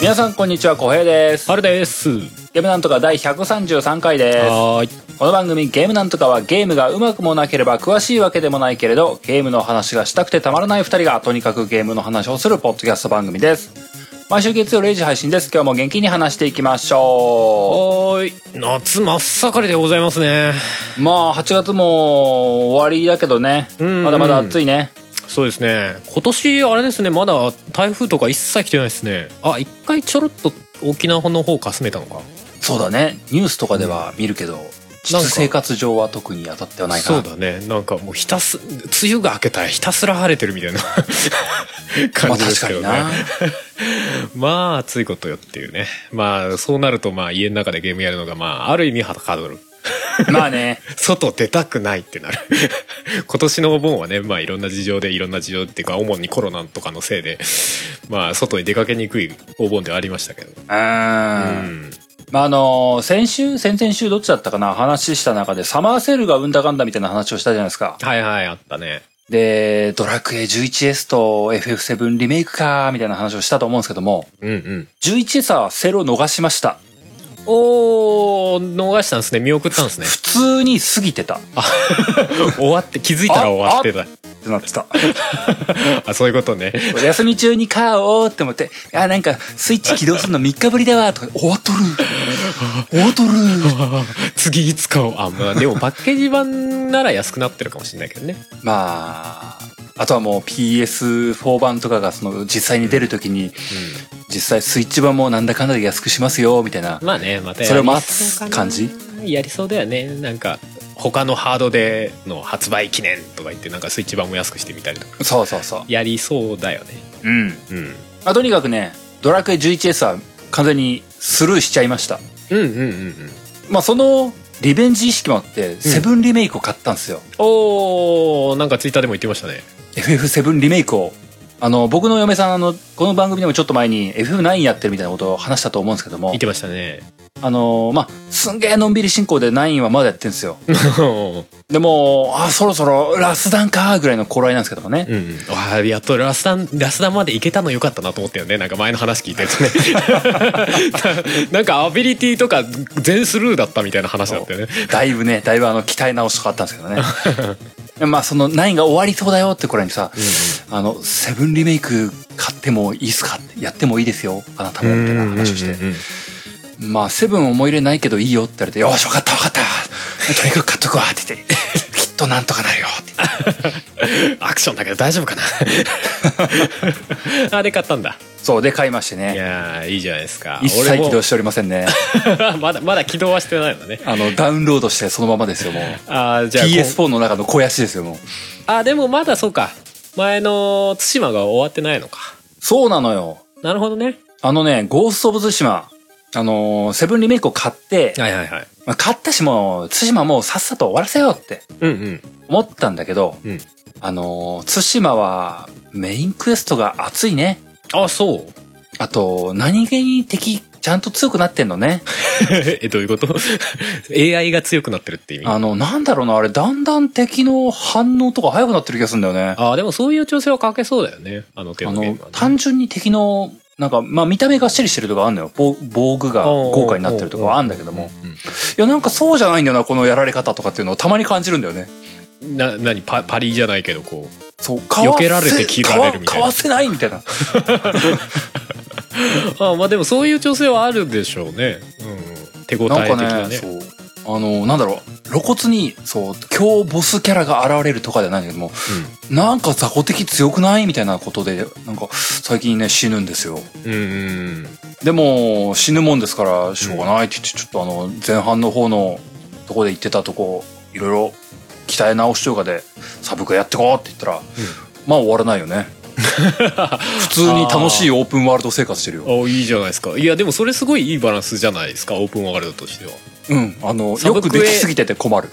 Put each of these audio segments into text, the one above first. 皆さんこんにちは小平ですあれですゲームなんとか第133回ですはーいこの番組ゲームなんとかはゲームがうまくもなければ詳しいわけでもないけれどゲームの話がしたくてたまらない2人がとにかくゲームの話をするポッドキャスト番組です毎週月曜0時配信です今日も元気に話していきましょはーい夏真っ盛りでございますねうまあ8月も終わりだけどねうんまだまだ暑いねそうですね今年あれですねまだ台風とか一切来てないですねあ一回ちょろっと沖縄の方かすめたのかそうだねニュースとかでは見るけど実なんか生活上は特に当たってはないかそなうだねなんかもうひたす梅雨が明けたらひたすら晴れてるみ たいなま感あ確じですかけどにね、な まあ暑いことよっていうねまあそうなるとまあ家の中でゲームやるのがまあある意味はかどる まあね外出たくないってなる 今年のお盆はねまあいろんな事情でいろんな事情っていうか主にコロナとかのせいでまあ外に出かけにくいお盆ではありましたけどうーんまああの先週先々週どっちだったかな話した中でサマーセールがうんだかんだみたいな話をしたじゃないですかはいはいあったねでドラクエ 11S と FF7 リメイクかみたいな話をしたと思うんですけどもうんうん 11S はセールを逃しましたおー逃したんですね見送ったん ですね普通に過ぎてたっ終わって気づいたら終わってたてなってたあそういうことね 休み中に買おうって思ってあなんかスイッチ起動するの3日ぶりだわとか終わっとる終わっとる 次いつかをあまあでもパッケージ版なら安くなってるかもしれないけどねまああとはもう PS4 版とかがその実際に出るときに実際スイッチ版もなんだかんだで安くしますよみたいなまあねまたやりそれを待つ感じそうかなやりそうだよねなんか他のハードでの発売記念とか言ってなんかスイッチ版も安くしてみたりとかそうそうそうやりそうだよねうん、うんまあ、とにかくねドラクエ 11S は完全にスルーしちゃいましたうんうんうんうんまあそのリベンジ意識もあってセブンリメイクを買ったんですよ、おーなんかツイッターでも言ってましたね FF7 リメイクをあの僕の嫁さんあのこの番組でもちょっと前に FF9 やってるみたいなことを話したと思うんですけども言ってましたね あのまあすんげえのんびり進行で9はまだやってるんですようんでもあそろそろラスダンかぐらいの頃合いなんですけどもね、うんわあやっとラスダンラスダンまで行けたのよかったなと思ったよねなんか前の話聞いてると ねななんかアビリティとか全スルーだったみたいな話だったよねだいぶねだいぶあの鍛え直しとかあったんですけどね でまあその9が終わりそうだよって頃にさ「あのセブンリメイク買ってもいいですか?」って「やってもいいですよあなたも」みたいな話をしてうんうんう「んまあセブン思い入れないけどいいよ」って言われて「よし分かった分か ったとにかく買っとくわ」って言って「きっとなんとかなるよ」って言って アクションだけど大丈夫かな あれ買ったんだそうで買いましていねやーいいじゃないですか一切起動ししておりませんね まだまだ起動はしてないのねあのダウンロードしてそのままですよもうあーじゃあこう PS4 の中の肥やしですよもうあでもまだそうか前の対馬が終わってないのかそうなのよなるほどねあのね「ゴースト・オブ・ツシマ」あのーセブンリメイクを買って、はいはいはいまあ、買ったしもう対馬もうさっさと終わらせようってうんうん思ったんだけど、うんあのー対馬はメインクエストが熱いねあそう あと何気に敵ちゃんと強くなってんのねえどういうこと AI が強くなってるって意味あのなんだろうなあれだんだん敵の反応とか早くなってる気がするんだよねああーでもそういう調整はかけそうだよねあの手のゲーのムは、ね、単純に敵のなんかまあ見た目がっしりしてるとかあるのよ防防具が豪華になってるとかはあるんだけどもいやなんかそうじゃないんだよなこのやられ方とかっていうのをたまに感じるんだよねうんな何パパリじゃないけどこうそう、かわ避せけられて切られるみたいなかわかわせないみたいな。あーまあでもそういう調整はあるでしょうね、うんうん、手応え的なんなかねね、そう。あの、なんだろう、露骨に、そう、強ボスキャラが現れるとかじゃないんだけども、なんか雑魚敵強くないみたいなことで、なんか、最近ね、死ぬんですよ。うんうんでも、死ぬもんですから、しょうがないって言って、ちょっとあの、前半の方のとこで言ってたとこ、いろいろ、鍛え直しというかで、サブクエやってこうって言ったら、まあ終わらないよ ね。普通に楽しいオープンワールド生活してるよ。あいいじゃないですかいやでもそれすごいいいバランスじゃないですかオープンワールドとしてはうん、あの、サよブくクエできすぎてて困る。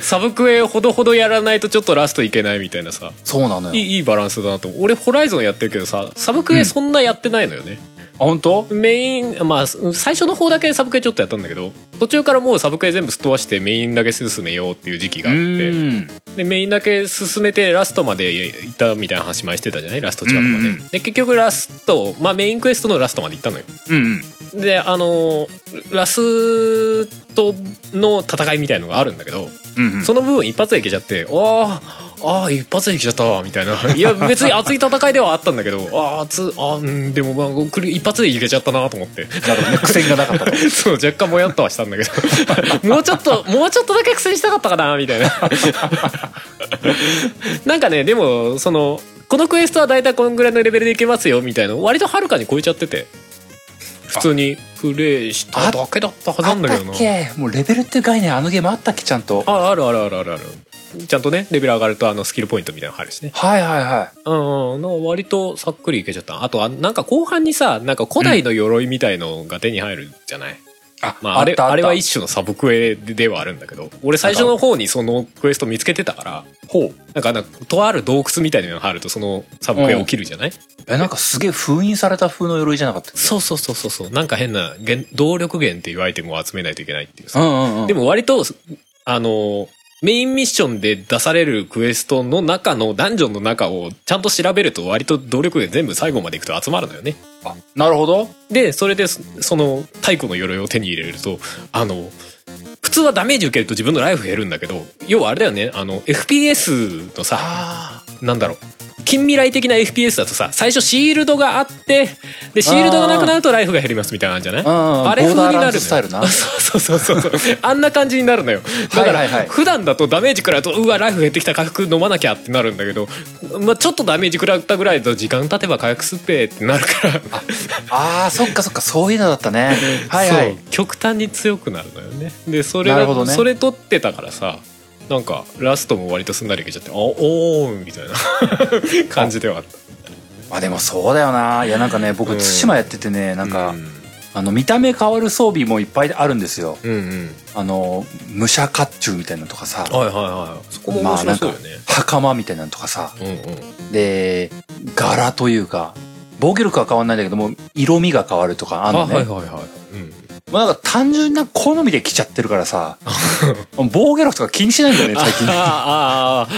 サブクエほどほどやらないとちょっとラストいけないみたいなさそうなのいよ。いいいバランスだなと思う俺ホライゾンやってるけどさサブクうエんそんなやってないのよね、あ、本当？メインまあ最初の方だけサブクエちょっとやったんだけど途中からもうサブクエ全部すっ飛ばしてメインだけ進めようっていう時期があってうん。でメインだけ進めてラストまで行ったみたいな話前してたじゃないラスト近くまうんで、うんで結局ラスト、まあ、メインクエストのラストまで行ったのようんうん。であのラスとの戦いみたいのがあるんだけど、うんうん。その部分一発でいけちゃってあーあー一発でいけちゃったわみたいない や別に熱い戦いではあったんだけどあー熱あーうんでもまあこれ一発でいけちゃったなと思ってなるほどね。苦戦がなか ったと。そう若干もやっとはしたんだけど もうちょっともうちょっとだけ苦戦したかったかなみたいな なんかねでもそのこのクエストは大体このぐらいのレベルでいけますよみたいな割とはるかに超えちゃってて普通にプレイしただけだったはずなんだけどなあったっけもうレベルっていう概念あのゲームあったっけちゃんと。ああるあるあるあるあるちゃんとねレベル上がるとあのスキルポイントみたいなの入るしねはいはいはうんうんの割とさっくりいけちゃったあとあなんか後半にさなんか古代の鎧みたいのが手に入るじゃない、い。あ、まあ、あれったあったれは一種のサブクエではあるんだけど俺最初の方にそのクエスト見つけてたからほう。なんかなんかとある洞窟みたいなのがあるとそのサブクエ起きるじゃない、え、なんかすげえ封印された風の鎧じゃなかったっそうそうそうそうそうなんか変な原動力源っていうアイテムを集めないといけないっていうけさ、うんうんうん。で、も割とあのメインミッションで出されるクエストの中のダンジョンの中をちゃんと調べると割と動力源全部最後までいくと集まるのよねあ、なるほど。でそれでそその太古の鎧を手に入れるとあの普通はダメージ受けると自分のライフ減るんだけど要はあれだよねあの FPS のさああ。なんだろう近未来的な FPS だとさ最初シールドがあってでシールドがなくなるとライフが減りますみたいなのあるんじゃないうんうんあれ風になるボーダーラのンよズスタイルな そうそうそうそうあんな感じになるのよだから、はいはいはい普段だとダメージ食らうとうわライフ減ってきた回復飲まなきゃってなるんだけど、まあ、ちょっとダメージ食らったぐらいだと時間経てば回復すっぺーってなるからああ、そっかそっか、そういうのだった ね。はいはいそう。極端に強くなるのよねでそれなるほどねそれ取ってたからさなんかラストも割とすんなりいけちゃってあおおみたい な感じではあったまあでもそうだよな。いやなんかね、僕、うん対馬やっててね、なんか、うん、あの、見た目変わる装備もいっぱいあるんですよ。うんうんあの、武者甲冑みたいなのとかさ、はいはいはいそこも面白そうよね、袴みたいなのとかさ、うんうんで、柄というか、防御力は変わんないんだけども、色味が変わるとかあんのね。はいはいはい、うん、まあなんか単純な好みで着ちゃってるから さ、防御力とか気にしないんだよね、最近。ああああ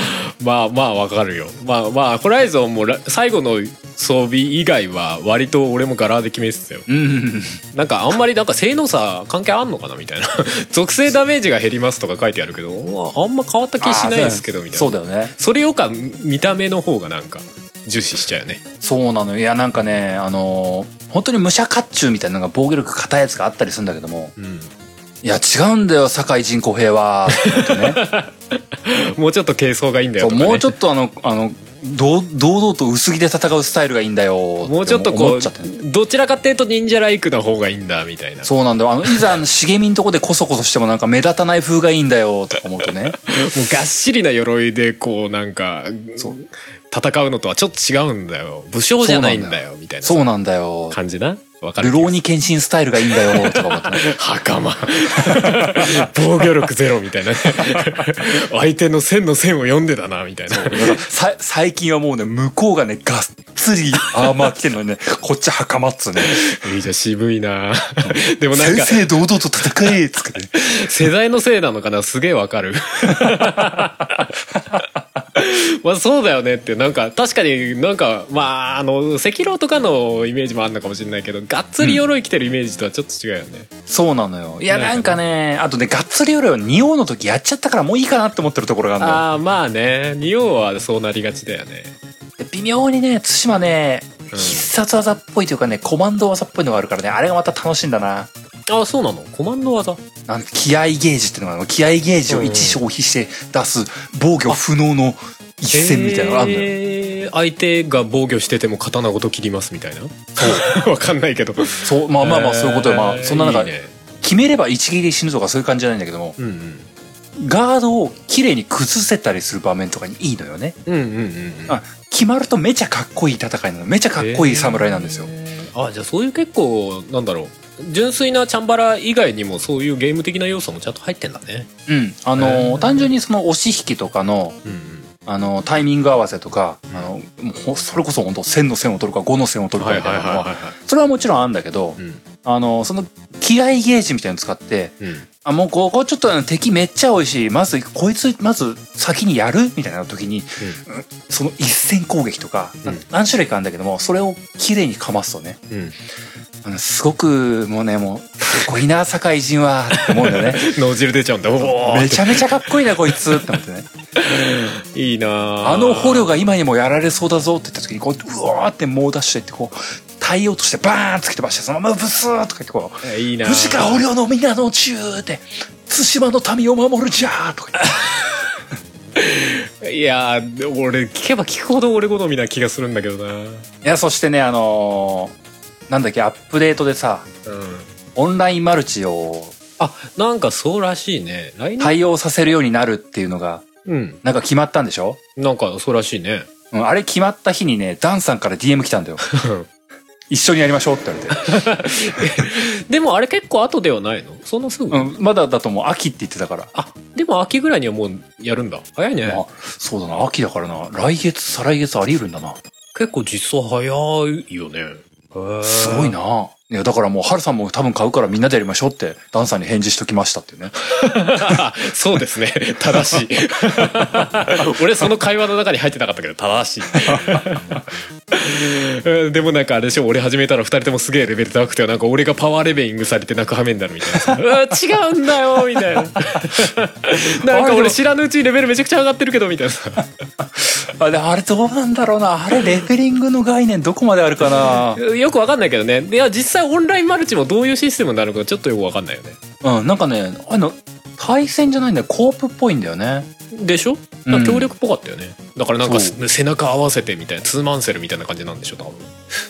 まあまあわかるよまあまあホライゾンもら最後の装備以外は割と俺も柄で決めてたようん。なんかあんまりなんか性能差関係あんのかなみたいな 属性ダメージが減りますとか書いてあるけどうわあんま変わった気しないですけどみたいそなうだよね。それよりか見た目の方がなんか重視しちゃうよねそうなのよ。いや、なんかね、あのー本当に武者甲冑みたいなのが防御力硬いやつがあったりするんだけども、うんいや、違うんだよ、堺井人公平は。ってねもうちょっと軽装がいいんだよそとうか、ね、もうちょっとあの、あの、堂堂々と薄着で戦うスタイルがいいんだよ。もうちょっと思こっちゃってねうどちらかっていうと忍者ライクの方がいいんだみたいなそうなんだよ。あの、いざ、茂みんとこでこそこそしてもなんか目立たない風がいいんだよ、とか思うと ね。もうがっしりな鎧でこうなんかそう戦うのとはちょっと違うんだよ武将じゃないんだよみたいなそうなんだよ。感じなわかる流浪に献身スタイルがいいんだよ、とか思ってね。袴防御力ゼロみたいなね相手の線の線を読んでたなみたいなさ最近はもうね、向こうがね、がっつりアーマー着てるのにね、こっち袴っつうね。いいじゃん渋いなでもなんか正々堂々と戦えっつってね。世代のせいなのかなすげえわかるまあそうだよねってなんか確かになんかまああの赤狼とかのイメージもあるのかもしれないけどがっつり鎧着てるイメージとはちょっと違うよね、そうなのよ。いや、ねなんかね、あとね、がっつりよりは仁王の時やっちゃったからもういいかなって思ってるところがあるのよ。ああまあね仁王はそうなりがちだよねで微妙にね、対馬ね、うん必殺技っぽいというかね、コマンド技っぽいのがあるからね、あれがまた楽しいんだな。ああそうなのコマンド技なん気合ゲージっていうのがあるの気合ゲージを1消費して出す防御不能の一戦みたいなのがあるのよ。えー相手が防御してても刀ごと切りますみたいなそう わかんないけどそう、まあまあまあそういうことよ。まあ、そんな中いいね決めれば一撃で死ぬとかそういう感じじゃないんだけども、うんうんガードを綺麗に崩せたりする場面とかにいいのよね。うんうんうんうんあ決まるとめちゃかっこいい戦いなの。めちゃかっこいい侍なんですよ。えーあじゃあそういう結構なんだろう純粋なチャンバラ以外にもそういうゲーム的な要素もちゃんと入ってんだねうん。あのーへー単純にその押し引きとかの、うんあのータイミング合わせとか、うんあの、もうほそれこそ本当線の線を取るか5の線を取るかはいみたはいいはないのは、はいはそれはもちろんあるんだけどい、うんあのーその気合ゲージみたいなの使って、うんあ、もうここちょっとあの敵めっちゃ多いし、まずこいつまず先にやるみたいな時に、うんその一戦攻撃とか、なうん何種類かあるんだけども、それを綺麗にかますとね、うん、あのすごくもうね、もう、かっこいいな、堺人は、って思うんだよね。脳汁出ちゃうんだお おめちゃめちゃかっこいいな、こいつって思ってね。いいなああの捕虜が今にもやられそうだぞって言った時に、こう、うわーって猛ダッシュでって、こう、太陽としてバーン突き飛ばして、そのままブスーとか言ってこう、いいなあ無事か捕虜の皆の中で対馬の民を守るじゃーとか言っていやー俺聞けば聞くほど俺好みな気がするんだけどなうんいやそしてねあのーなんだっけアップデートでさオンラインマルチをあなんかそうらしいね来年、対応させるようになるっていうのがうんなんか決まったんでしょ、なんかそうらしいね うん、あれ決まった日にねダンさんから DM 来たんだよ一緒にやりましょうって言われて、でもあれ結構後ではないのそんなすぐ、うん、まだだともう秋って言ってたから、あでも秋ぐらいにはもうやるんだ早いね、まあそうだな秋だからな来月再来月あり得るんだな結構実装早いよねへーすごいないやだからもう春さんも多分買うからみんなでやりましょうってダンさんに返事しときましたっていうね そうですね正 しい俺その会話の中に入ってなかったけど正しいうんでもなんかあれでしょ俺始めたら2人ともすげえレベル高くてなんか俺がパワーレベリングされて泣く羽目になるみたいなさうわ違うんだよみたいな なんか俺知らぬうちにレベルめちゃくちゃ上がってるけどみたいなさあれあれどうなんだろうなあれレベリングの概念どこまであるかなよくわかんないけどねいや実際オンラインマルチもどういうシステムになるのかちょっとよくわかんないよねうんなんかねあの対戦じゃないんだよコープっぽいんだよねでしょうん協力っぽかったよね、だからなんかそ背中合わせてみたいなツーマンセルみたいな感じなんでしょ多分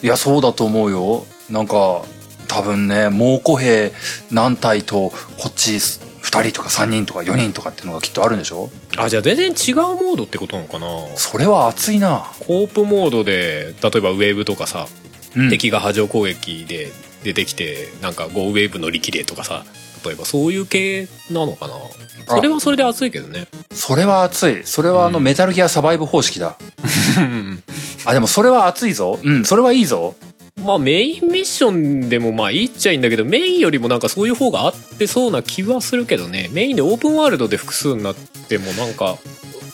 いやそうだと思うよなんか多分ね猛虎兵何体とこっち2人とか3人とか4人とかっていうのがきっとあるんでしょあじゃあ全然違うモードってことなのかなそれは熱いなコープモードで例えばウェーブとかさ、うん敵が波状攻撃で出てきてなんかゴーウェーブ乗り切れとかさ例えばそういう系なのかなそれはそれで熱いけどねそれは熱いそれはあのうんメタルギアサバイブ方式だあでもそれは熱いぞうんそれはいいぞまあメインミッションでもまあいいっちゃいいんだけどメインよりもなんかそういう方が合ってそうな気はするけどねメインでオープンワールドで複数になってもなんか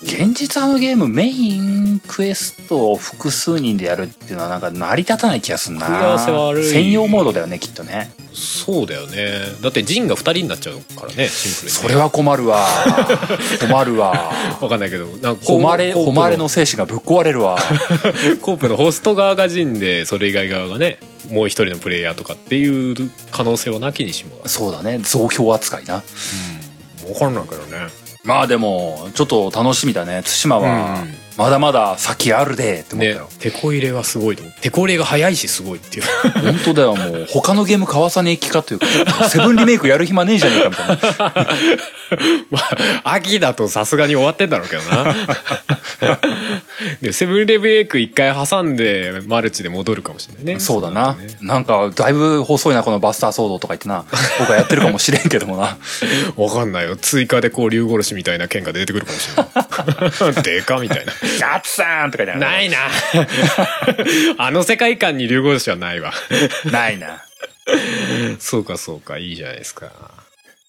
現実あのゲームメインクエストを複数人でやるっていうのはなんか成り立たない気がすんな組み合わせ悪い専用モードだよねきっとねそうだよねだってジンが2人になっちゃうからねシンプルにね、それは困る わ困るわわかんないけどなんか誉れコープ誉れの精神がぶっ壊れるわ コープのホスト側がジンでそれ以外側がねもう一人のプレイヤーとかっていう可能性はなきにしもあそうだね増票扱いなら分かんないけどねまあでもちょっと楽しみだね対馬はうんまだまだ先あるでって思ったねよ、手こ入れはすごいと思う手こ入れが早いしすごいっていう 本当だよもう他のゲーム買わさねえ気かというかセブンリメイクやる暇ねえじゃねえかみたいなまあ秋だとさすがに終わってんだろうけどな でセブンレベーク一回挟んでマルチで戻るかもしれない ねそうだなるとね。なんか、だいぶ細いな、このバスター騒動とか言ってな。僕はやってるかもしれんけどもな。わかんないよ追加でこう竜殺しみたいな剣が出てくるかもし れないでかみたいなガッツさんとかじゃ。ないいな あの世界観に竜殺しはない わないな。そうかそうかいいじゃないですか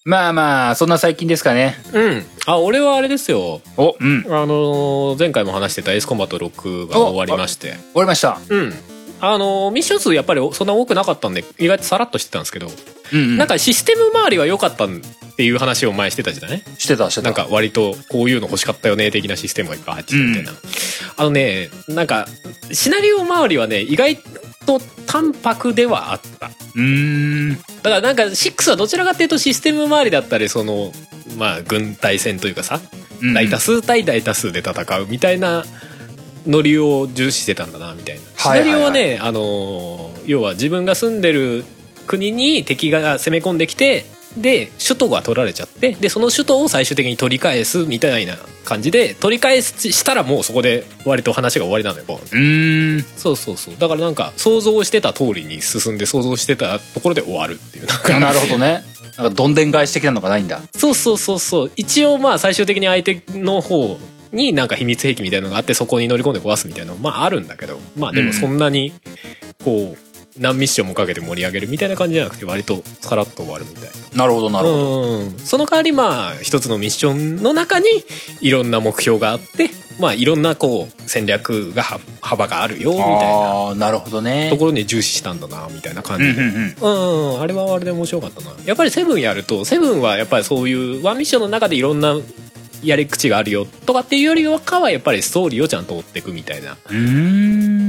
まあまあ、そんな最近ですかね。うんあ俺はあれですよお、うん。あ終のー前回も話してたエースコンバット6が終わりましてわりました。うんあのーミッション数やっぱりそんな多くなかったんで意外とさらっとしてたんですけど、うん、うん。なんかシステム周りは良かったっていう話を前してたじゃないしてた、してた。なんか割とこういうの欲しかったよね的なシステムがいっぱい入ってたみたいな、あのねなんかシナリオ周りはね意外と淡白ではあったうーん。だからなんか6はどちらかというとシステム周りだったりそのまあ軍隊戦というかさうん大多数対大多数で戦うみたいなノリを重視してたんだなみたいなシはいナはいはいリオはねあのー要は自分が住んでる国に敵が攻め込んできてで首都が取られちゃってでその首都を最終的に取り返すみたいな感じで取り返ししたらもうそこで割と話が終わりなのよボンうーん。そうそうそうだからなんか想像してた通りに進んで想像してたところで終わるっていうなんかなるほどね。なんか、どんでん返し的なのがないんだ。そうそうそうそう一応まあ最終的に相手の方になんか秘密兵器みたいなのがあってそこに乗り込んで壊すみたいなのまああるんだけどまあでもそんなにこう、何ミッションもかけて盛り上げるみたいな感じじゃなくて割とさらっと終わるみたいなるほどななるほど、うんその代わりまあ一つのミッションの中にいろんな目標があってまあいろんなこう戦略がは幅があるよみたいなああなるほどねところに重視したんだなみたいな感うんじうでんうんうんうんあれはあれで面白かったなやっぱりセブンやるとセブンはやっぱりそういうワンミッションの中でいろんなやり口があるよとかっていうよりはかはやっぱりストーリーをちゃんと追っていくみたいなうー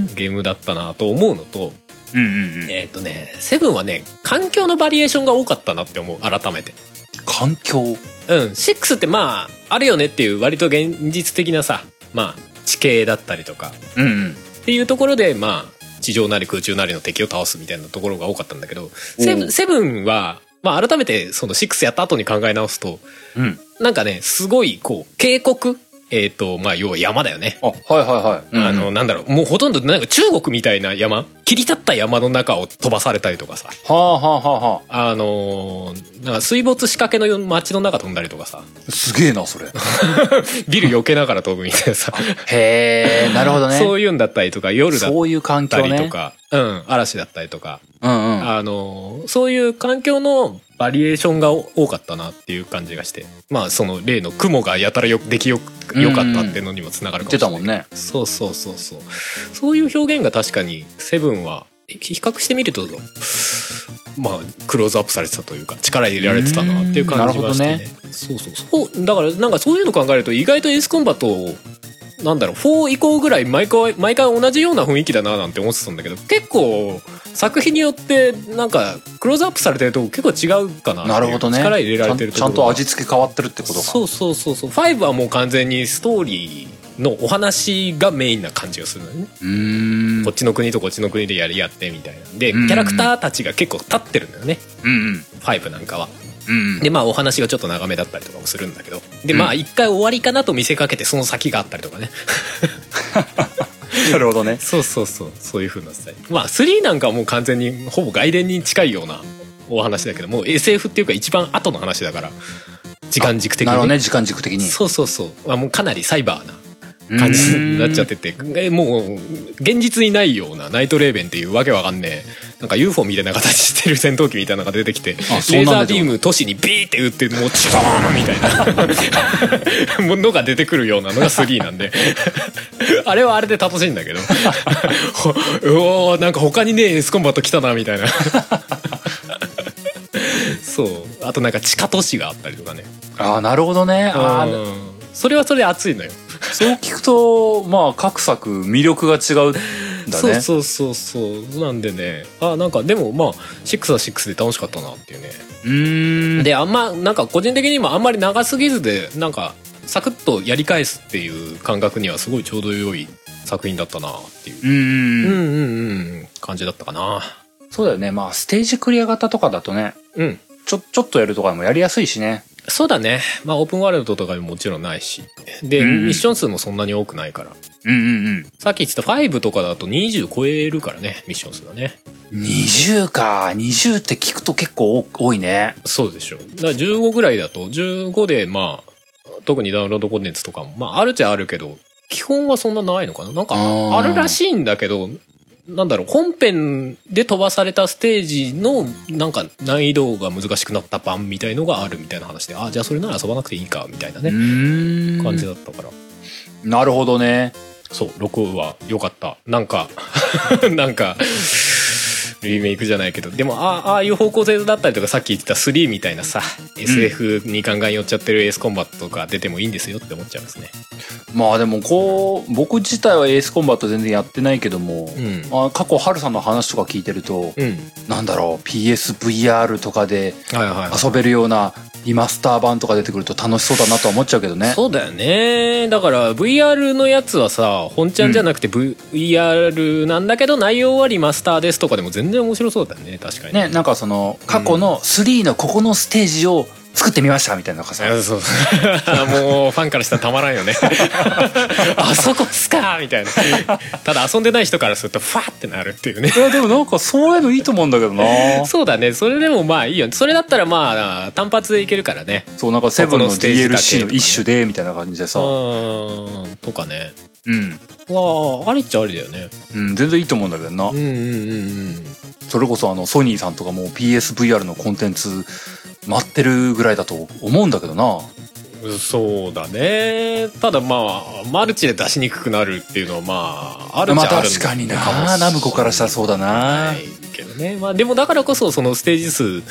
んゲームだったなと思うのとうんうんうんえっ、とねセブンはね環境のバリエーションが多かったなって思う改めて環境うん6ってまああるよねっていう割と現実的なさまあ地形だったりとかうんうんっていうところでまあ地上なり空中なりの敵を倒すみたいなところが多かったんだけどセブンセブンは、まあ、改めてその6やった後に考え直すとうんなんかねすごいこう渓谷えっ、とまあ要は山だよね。あはいはいはい、うんあのなんだろうもうほとんどなんか中国みたいな山切り立った山の中を飛ばされたりとかさはあはあはあはあのーなんか水没しかけの街の中飛んだりとかさあすげえなそれビル避けながら飛ぶみたいなさ、へえなるほどねそういうんだったりとか夜だっそういう環た境りねとか、うん嵐だったりとかうんうんあのそういう環境のバリエーションが多かったなっていう感じがしてまあその例の雲がやたらよできよよかったっていうのにもつながる言っかもてしれたない、もんねそうそうそうそうそういう表現が確かに「セブンは比較してみるとまあクローズアップされてたというか力入れられてたなっていう感じがして、うんなねるそうそうそうだからなんかそういうの考えると意外とエースコンバットをなんだろう4以降ぐらい毎回毎回同じような雰囲気だななんて思ってたんだけど結構作品によってなんかクローズアップされてると結構違うかなっていうなるほどね力入れられてるちゃんちゃんと味付け変わってるってことかそうそうそうそう5はもう完全にストーリーのお話がメインな感じがするのね、うーんこっちの国とこっちの国でやり合ってみたいなでキうんャラクターたちが結構立ってるんだよねうんうん5なんかはうんでまあお話がちょっと長めだったりとかもするんだけどでうんまあ一回終わりかなと見せかけてその先があったりとかねなるほどね そうそうそうそういう風なスタイルまあ3なんかはもう完全にほぼ外伝に近いようなお話だけどもう SF っていうか一番後の話だから時間軸的なにるほどねね時間軸的にそうそうそう、まあ、もうかなりサイバーな感じになっちゃっててえもう現実にないようなナイトレーベンっていうわけわかんねえなんか UFO みたいな形してる戦闘機みたいなのが出てきてレあそうーザなんだービーム都市にビーって打ってもうチューンみたいなものが出てくるようなのが3なんで あれはあれで楽しいんだけどほうおーなんか他にねえエスコンバット来たなみたいなそうあとなんか地下都市があったりとかねああなるほどねあーうんそれはそれで熱いのよそう聞くとまあ各作魅力が違うんだねそうそうそうそうなんでねあなんかでもまあ6は6で楽しかったなっていうね、うーんであんまなんか個人的にもあんまり長すぎずでなんかサクッとやり返すっていう感覚にはすごいちょうど良い作品だったなっていうう、んうん、うんうんうん感じだったかなそうだよねまあステージクリア型とかだとねうんちょちょっとやるとかでもやりやすいしねそうだねまあオープンワールドとかももちろんないしで、うんミッション数もそんなに多くないからうんうんうんさっき言ってた5とかだと20超えるからねミッション数がね20か20って聞くと結構多多いねそうでしょ。だから15ぐらいだと、15でまあ、特にダウンロードコンテンツとかも、まああるっちゃあるけど、基本はそんなないのかななんか、あーあるらしいんだけど、なんだろう、本編で飛ばされたステージの、なんか難易度が難しくなった版みたいのがあるみたいな話で、あ、じゃあそれなら遊ばなくていいか、みたいなね、ん感じだったから。なるほどねそう、6は良かった。なんか、 なんか、リメイクじゃないけど、でも、あああいう方向性だったりとか、さっき言ってた3みたいなさ、SF にガンガン寄っちゃってるエースコンバットとか出てもいいんですよって思っちゃいますね。まあでもこう僕自体はエースコンバット全然やってないけども、うん。まあ、過去ハルさんの話とか聞いてると、うん。なんだろう PSVR とかではいはいはい。遊べるようなリマスター版とか出てくると楽しそうだなとは思っちゃうけどねそうだよねだから VR のやつはさ本ちゃんじゃなくて VR なんだけど内容はリマスターですとかでも全然面白そうだよね確かにねなんかその過去の3のここのステージを作ってみましたみたいなのがさ、あそう もうファンからしたらたまらんよ ねあそこっすかみたいなただ遊んでない人からするとファーってなるっていうねいやでもなんかそういうのいいと思うんだけどな そうだねそれでもまあいいよねそれだったらまあ単発でいけるからねそうなんかセブンのここのステージだけ DLC の一種でみたいな感じでうさ、ーんとかねうんわあありっちゃありだよねうん、全然いいと思うんだけどな、うんうんうんうんそれこそあのソニーさんとかも PSVR のコンテンツ待ってるぐらいだと思うんだけどな。そうだねただまあマルチで出しにくくなるっていうのはまああるっちゃまああるの確かにな。もしれないナムコからしたらそうだなは。いけどね、まあ、でもだからこそそのステージ数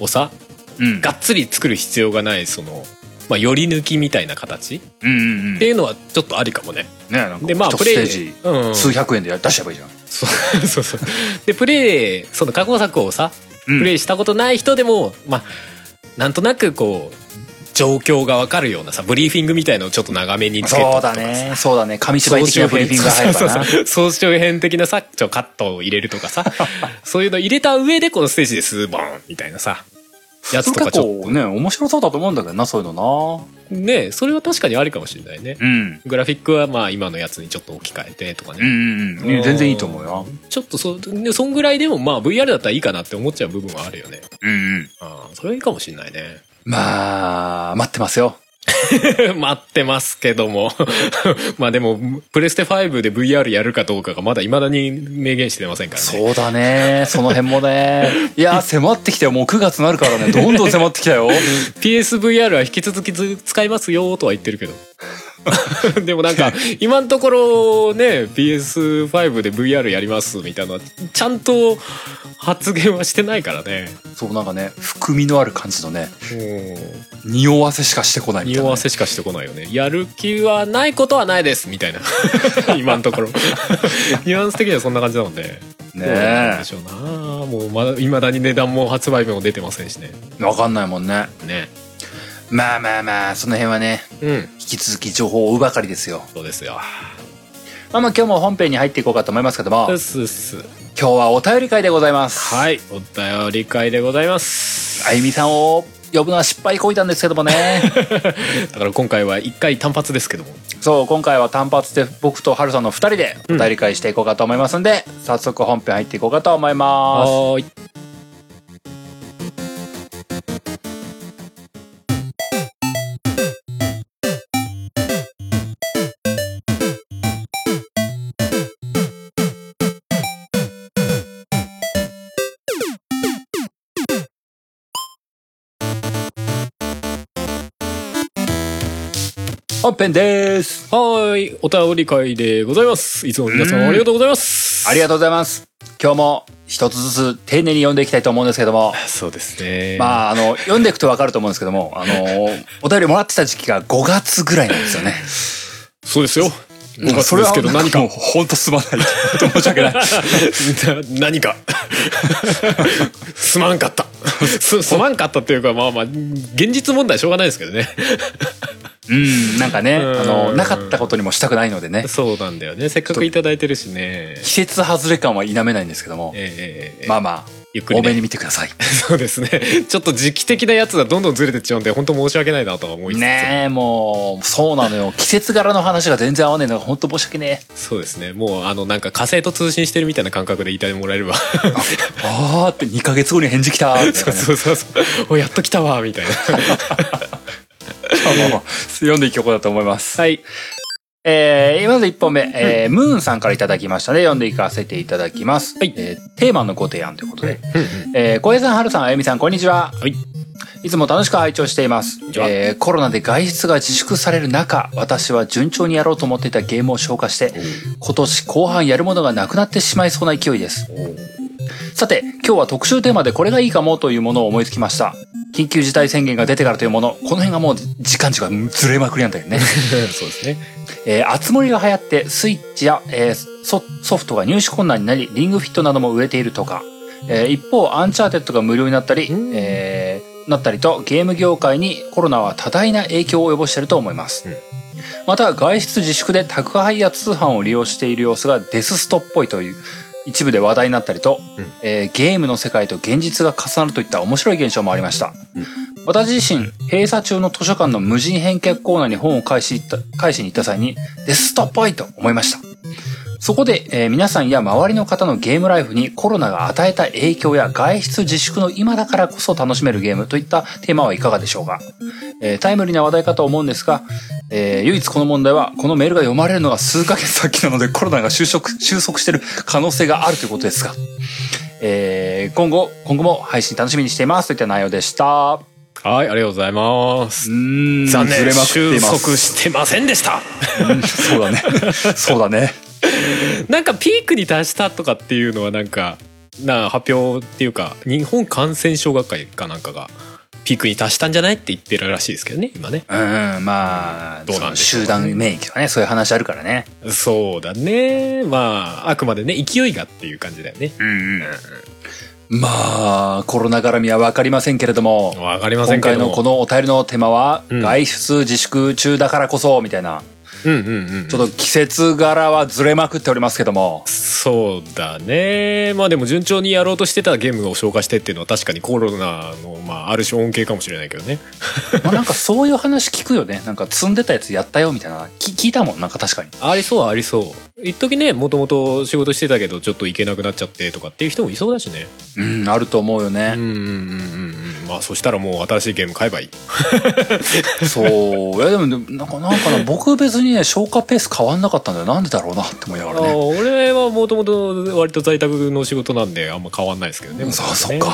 をさうん。がっつり作る必要がないその、まあ、寄り抜きみたいな形っうんうんうん。てねいうのはちょっとありかもね。なんかでまあ一プスレイテージうん、数百円で出しちゃえばいいじゃん。そうそう そうでプレイその過去作をさうんプレイしたことない人でも、まあなんとなくこう状況がわかるようなさブリーフィングみたいのをちょっと長めにつけそとくとうかださね。そうだね。紙芝居的なブリーフィングが入れば そうな。そうそう総集編的なさちょカットを入れるとかさそういうの入れた上でこのステージですボーンみたいなさやつそとれか結ちょっ構ね、面白そうだと思うんだけどな、そういうのとねそれは確かにありかもしれないねな。うん。グラフィックはまあ今のやつにちょっと置き換えてとかうね、んうんうん。全然いいと思うよ。ちょっとそでそんぐらいでもまあ VR だったらいいかなって思っちゃう部分はあるよねうんうん。ああそれはいいかもしれないね まあ、待ってますよ。待ってますけども まあでもプレステ5で VR やるかどうかがまだ未だに明言してませんからねそうだね。その辺もね。 いや、迫ってきたよ。もう9月になるからね。どんどん迫ってきたよ。 PSVR は引き続きず使いますよとは言ってるけど でもなんか今のところね PS5 で VR やりますみたいなちゃんと発言はしてないからね そう、なんかね、含みのある感じのね、う匂わせしかしてこないみたいな、匂わ。せしかしてこないよねやる気はないことはないですみたいな 今のところ ニュアンス的にはそんな感じなのでどうなんねでしょうなもうまだ未だに値段も発売日も出てませんしねえ。わかんないもんね。ねまあまあまあ、その辺はね、うん引き続き情報を追うばかりですよ。そうですよまあまあ今日も本編に入っていこうかと思いますけども、うっ今すうっす日はお便り会でございます。い。はい、お便り会でございます。 あゆみさんを呼ぶのは失敗こいたんですけどもね。 だから今回は一回単発ですけども。そう、今回は単発で僕とハルさんの2人でお便り会していこうかと思いますんで、早速本編入っていこうかと思います。はーい。本編です。はーい、お便り会でございます。いつも皆様ありがとうございます。ありがととうございます。今日も一つずつ丁寧に読んでいきたいと思うんですけども、う。そうですね。あ、まあ、あの、読んでいくとわかると思うんですけども、あの、お便りもらってた時期が5月ぐらいなんですよね。そうですよ。5月ですけど何か。もう本当すまない。と申し訳ない。な 何か。すまんかった。 すすまんかったっていうか、まあまあ、現実問題しょうがないですけ どね。うん、なんかね、うんあの、なかったことにもしたくないのでね、そうなんだよね。せっかくいただいてるしね。季節外れ感は否めないんですけども、ええええええまあまあ、ゆっくり多ねめに見てください。 そうですね。ちょっと時期的なやつがどんどんずれてっちゃうんで、本当申し訳ないなとは思いつつ。ねえ、もう、そうなのよ。季節柄の話が全然合わねえのが本当申し訳ねえ。そうですね。もう、あの、なんか火星と通信してるみたいな感覚で言いたいもらえ れば。あーって2ヶ月後に返事来たーみたいそうなね。そうそうそう。お、やっと来たわ、み たいな。まあまあ 読んでいこうだと思います。はい。えー、まず1本目、えー、ムーンさんからいただきましたね。読んでいかせていただきます。はいえーテーマのご提案ということで。えー、小江さん、春さん、あゆみさん、こんにちは。はい。いつも楽しく拝聴していますんに。ちはえー、コロナで外出が自粛される中、私は順調にやろうと思っていたゲームを消化して、今年後半やるものがなくなってしまいそうな勢いです。さて、今日は特集テーマでこれがいいかもというものを思いつきました。緊急事態宣言が出てからというもの、この辺がもう時間値がずれまくりなんだよね。そうですね。えー、熱盛が流行って、スイッチや、えーソソフトが入手困難になり、リングフィットなども売れているとか、えー一方、アンチャーテッドが無料になったり、うんえーなったりと、ゲーム業界にコロナは多大な影響を及ぼしていると思います。うんまた、外出自粛で宅配や通販を利用している様子がデスストっぽいという、一部で話題になったりと、うんえーゲームの世界と現実が重なるといった面白い現象もありました。私自身、閉鎖中の図書館の無人返却コーナーに本を返しに行った返しに行った際に、デストっぽいと思いました。そこで、えー皆さんや周りの方のゲームライフにコロナが与えた影響や外出自粛の今だからこそ楽しめるゲームといったテーマはいかがでしょうか、えータイムリーな話題かと思うんですが、えー唯一この問題は、このメールが読まれるのが数ヶ月先なのでコロナが収束、収束している可能性があるということですが、えー今後、今後も配信楽しみにしていますといった内容でした。はい、ありがとうございます。残残念ずれまくって収いま束す。してませんでした。うんそうだね。 そうだね。なんかピークに達したとかっていうのはなんかなあ発表っていうか日本感染症学会かなんかがピークに達したんじゃないって言ってるらしいですけどね今ねうん、まあ、どうなんでしょう集団免疫とかね、そういう話あるからね。そうだねまああくまでね勢いがっていう感じだよねうんうん。まあ、コロナ絡みはわかりませんけれども、わかりませ今んけ回どのもこのお便りのテーマは、うん外出自粛中だからこそ、みたいな、うんうんうんちょっと季節柄はずれまくっておりますけども、 そうだねまあでも順調にやろうとしてたゲームを消化してっていうのは確かにコロナの、まあ、ある種恩恵かもしれないけどねまあなんかそういう話聞くよね。なんか積んでたやつやったよ、みたいな。き聞いたもん、なんか確かに。ありそうはありそう一時ねもともと仕事してたけどちょっと行けなくなっちゃってとかっていう人もいそうだしねうん、あると思うようね。んうんうんうんうんまあそしたらもう新しいゲーム買えばいいそう。いや、でも、なんか、なんかな、僕別にね、消化ペース変わんなかったんだよ。なんでだろうなって思いながらね。俺はもともと割と在宅の仕事なんであんま変わんないですけどねそう、そうか。